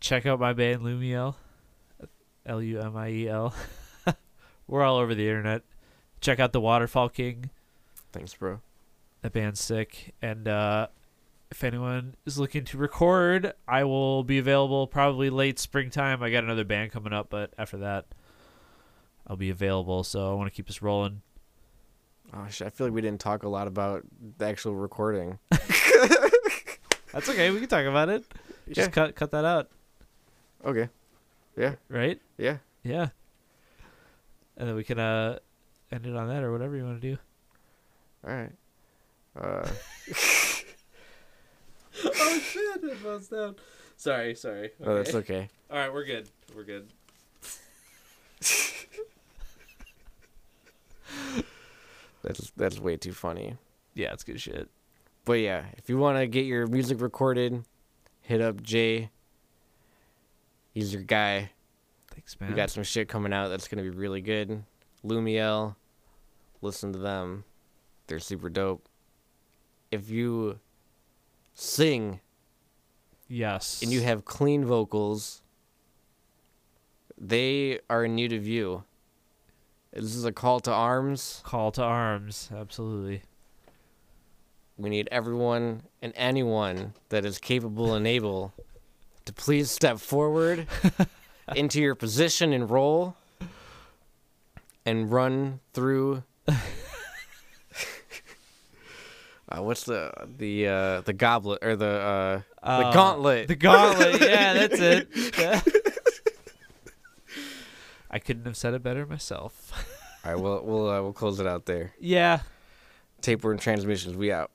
Speaker 2: check out my band Lumiel, L U M I E L. We're all over the internet. Check out the Waterfall King.
Speaker 3: Thanks, bro.
Speaker 2: That band's sick. And uh, if anyone is looking to record, I will be available probably late springtime. I got another band coming up, but after that, I'll be available. So I want to keep this rolling.
Speaker 3: Oh shit, I feel like we didn't talk a lot about the actual recording.
Speaker 2: That's okay. We can talk about it.
Speaker 3: Yeah.
Speaker 2: Just cut cut that out,
Speaker 3: Okay. Yeah.
Speaker 2: right?
Speaker 3: Yeah.
Speaker 2: Yeah. And then we can uh end it on that or whatever you want to do.
Speaker 3: All right. Uh,
Speaker 2: Oh shit, it falls down. Sorry, sorry.
Speaker 3: no, that's okay.
Speaker 2: All right, we're good. We're good.
Speaker 3: That's that's way too funny.
Speaker 2: Yeah, it's good shit.
Speaker 3: But yeah, if you want to get your music recorded, hit up Jay. He's your guy.
Speaker 2: Thanks,
Speaker 3: We
Speaker 2: man.
Speaker 3: got some shit coming out that's gonna be really good. Lumiel, listen to them. They're super dope. If you sing
Speaker 2: yes.
Speaker 3: and you have clean vocals, they are in need of you. This is a call to arms.
Speaker 2: call to arms. Absolutely.
Speaker 3: We need everyone and anyone that is capable and able to please step forward into your position and role and run through. uh, what's the the uh, the goblet or the uh, the
Speaker 2: Uh,
Speaker 3: gauntlet?
Speaker 2: The gauntlet. yeah, that's it. I couldn't have said it better myself.
Speaker 3: All right, we'll we'll uh, we'll close it out there.
Speaker 2: yeah.
Speaker 3: Tapeworm transmissions. We out.